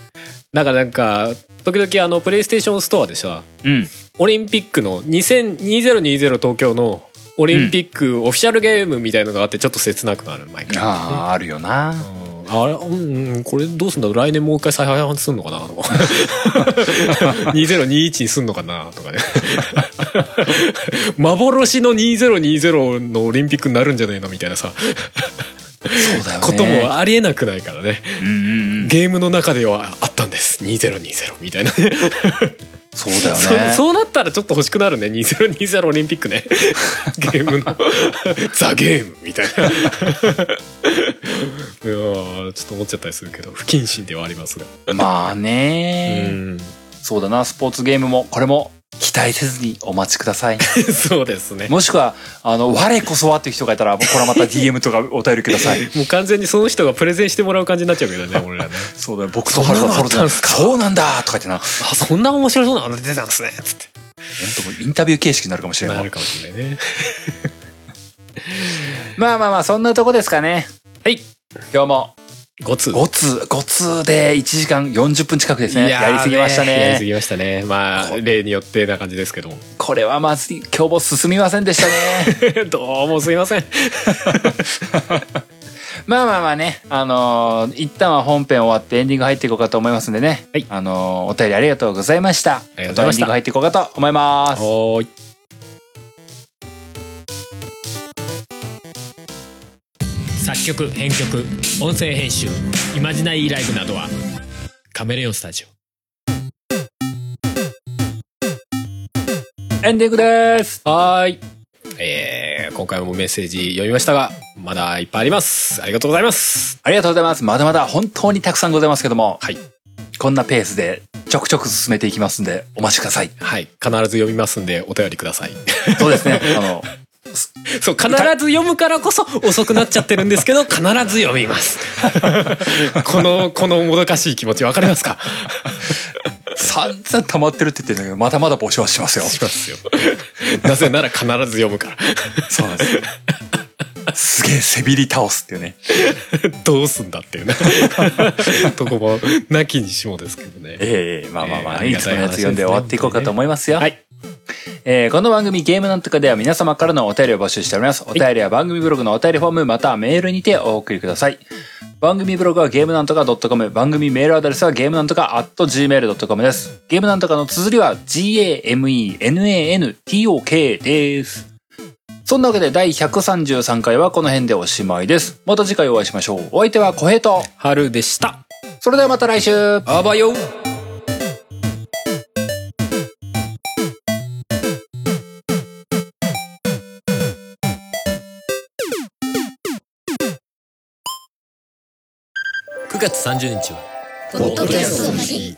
なんかなんか時々あのプレイステーションストアでさうんオリンピックの2000 2020東京のオリンピックオフィシャルゲームみたいのがあってちょっと切なくなる毎回、あああるよなうんあれうんうんこれどうすんだろう来年もう一回再販すんのかなとか2021にすんのかなとかね 幻の2020のオリンピックになるんじゃないのみたいなさそうだよねこともありえなくないからねうんうんうんゲームの中ではあったんです2020みたいなねそうだよ そねそうなったらちょっと欲しくなるね2020オリンピック ねゲームのザ・ゲームみたいな いやーちょっと思っちゃったりするけど不謹慎ではありますがまあうね、ん そうだなスポーツゲームもこれも期待せずにお待ちくださいそうですねもしくはあの我こそはっていう人がいたらもうこれはまた DM とかお便りくださいもう完全にその人がプレゼンしてもらう感じになっちゃうけ どね俺らねそうだよ僕と春がそんなのあったんすかそうなんだとか言ってなほあそんな面白そうなの出たんですねつっんてともうインタビュー形式になるかもしれなないるかもしれないねまあまあまあそんなとこですかねはい今日も5通5通5通で1時間40分近くですねいやーりすぎましたやりねすぎましたねまあ例によってな感じですけども これはまずい今日も進みませんでしたねどうもすいませんまあまあまあね、あのー一旦は本編終わってエンディング入っていこうかと思いますんでね。はいあのーお便りありがとうございました。ありがとうございましたエンディング入っていこうかと思います。おーい「作曲編曲音声編集イマジナイライブなどはカメレオンスタジオエンディングですはーい。えー、今回もメッセージ読みましたが、まだいっぱいあります。ありがとうございます。ありがとうございます。まだまだ本当にたくさんございますけども、はい。こんなペースでちょくちょく進めていきますんで、お待ちください。はい。必ず読みますんで、お便りください。そうです ね。あの、そう、必ず読むからこそ遅くなっちゃってるんですけど、必ず読み ます。この、このもどかしい気持ちわかりますか散々溜まってるって言ってるんだけど、まだまだ募集はしますよ。しますよ。なぜなら必ず読むから。そうなん です。すげえ背びり倒すっていうね。どうすんだっていう ね。とこも、なきにしもですけどね。ええまあまあまあ、ええいつものやつ読んで終わっていこうかと思いますよ。はい。えーこの番組ゲームなんとかでは皆様からのお便りを募集しております。お便りは番組ブログのお便りフォームまたはメールにてお送りください。番組ブログはゲームなんとか .com 番組メールアドレスはゲームなんとか .gmail.com です。ゲームなんとかの綴りは g-a-m-e-n-a-n-t-o-k です。そんなわけで第133回はこの辺でおしまいです。また次回お会いしましょう。お相手は小平と。春でした。それではまた来週あばよ9月30日はポッドキャストの日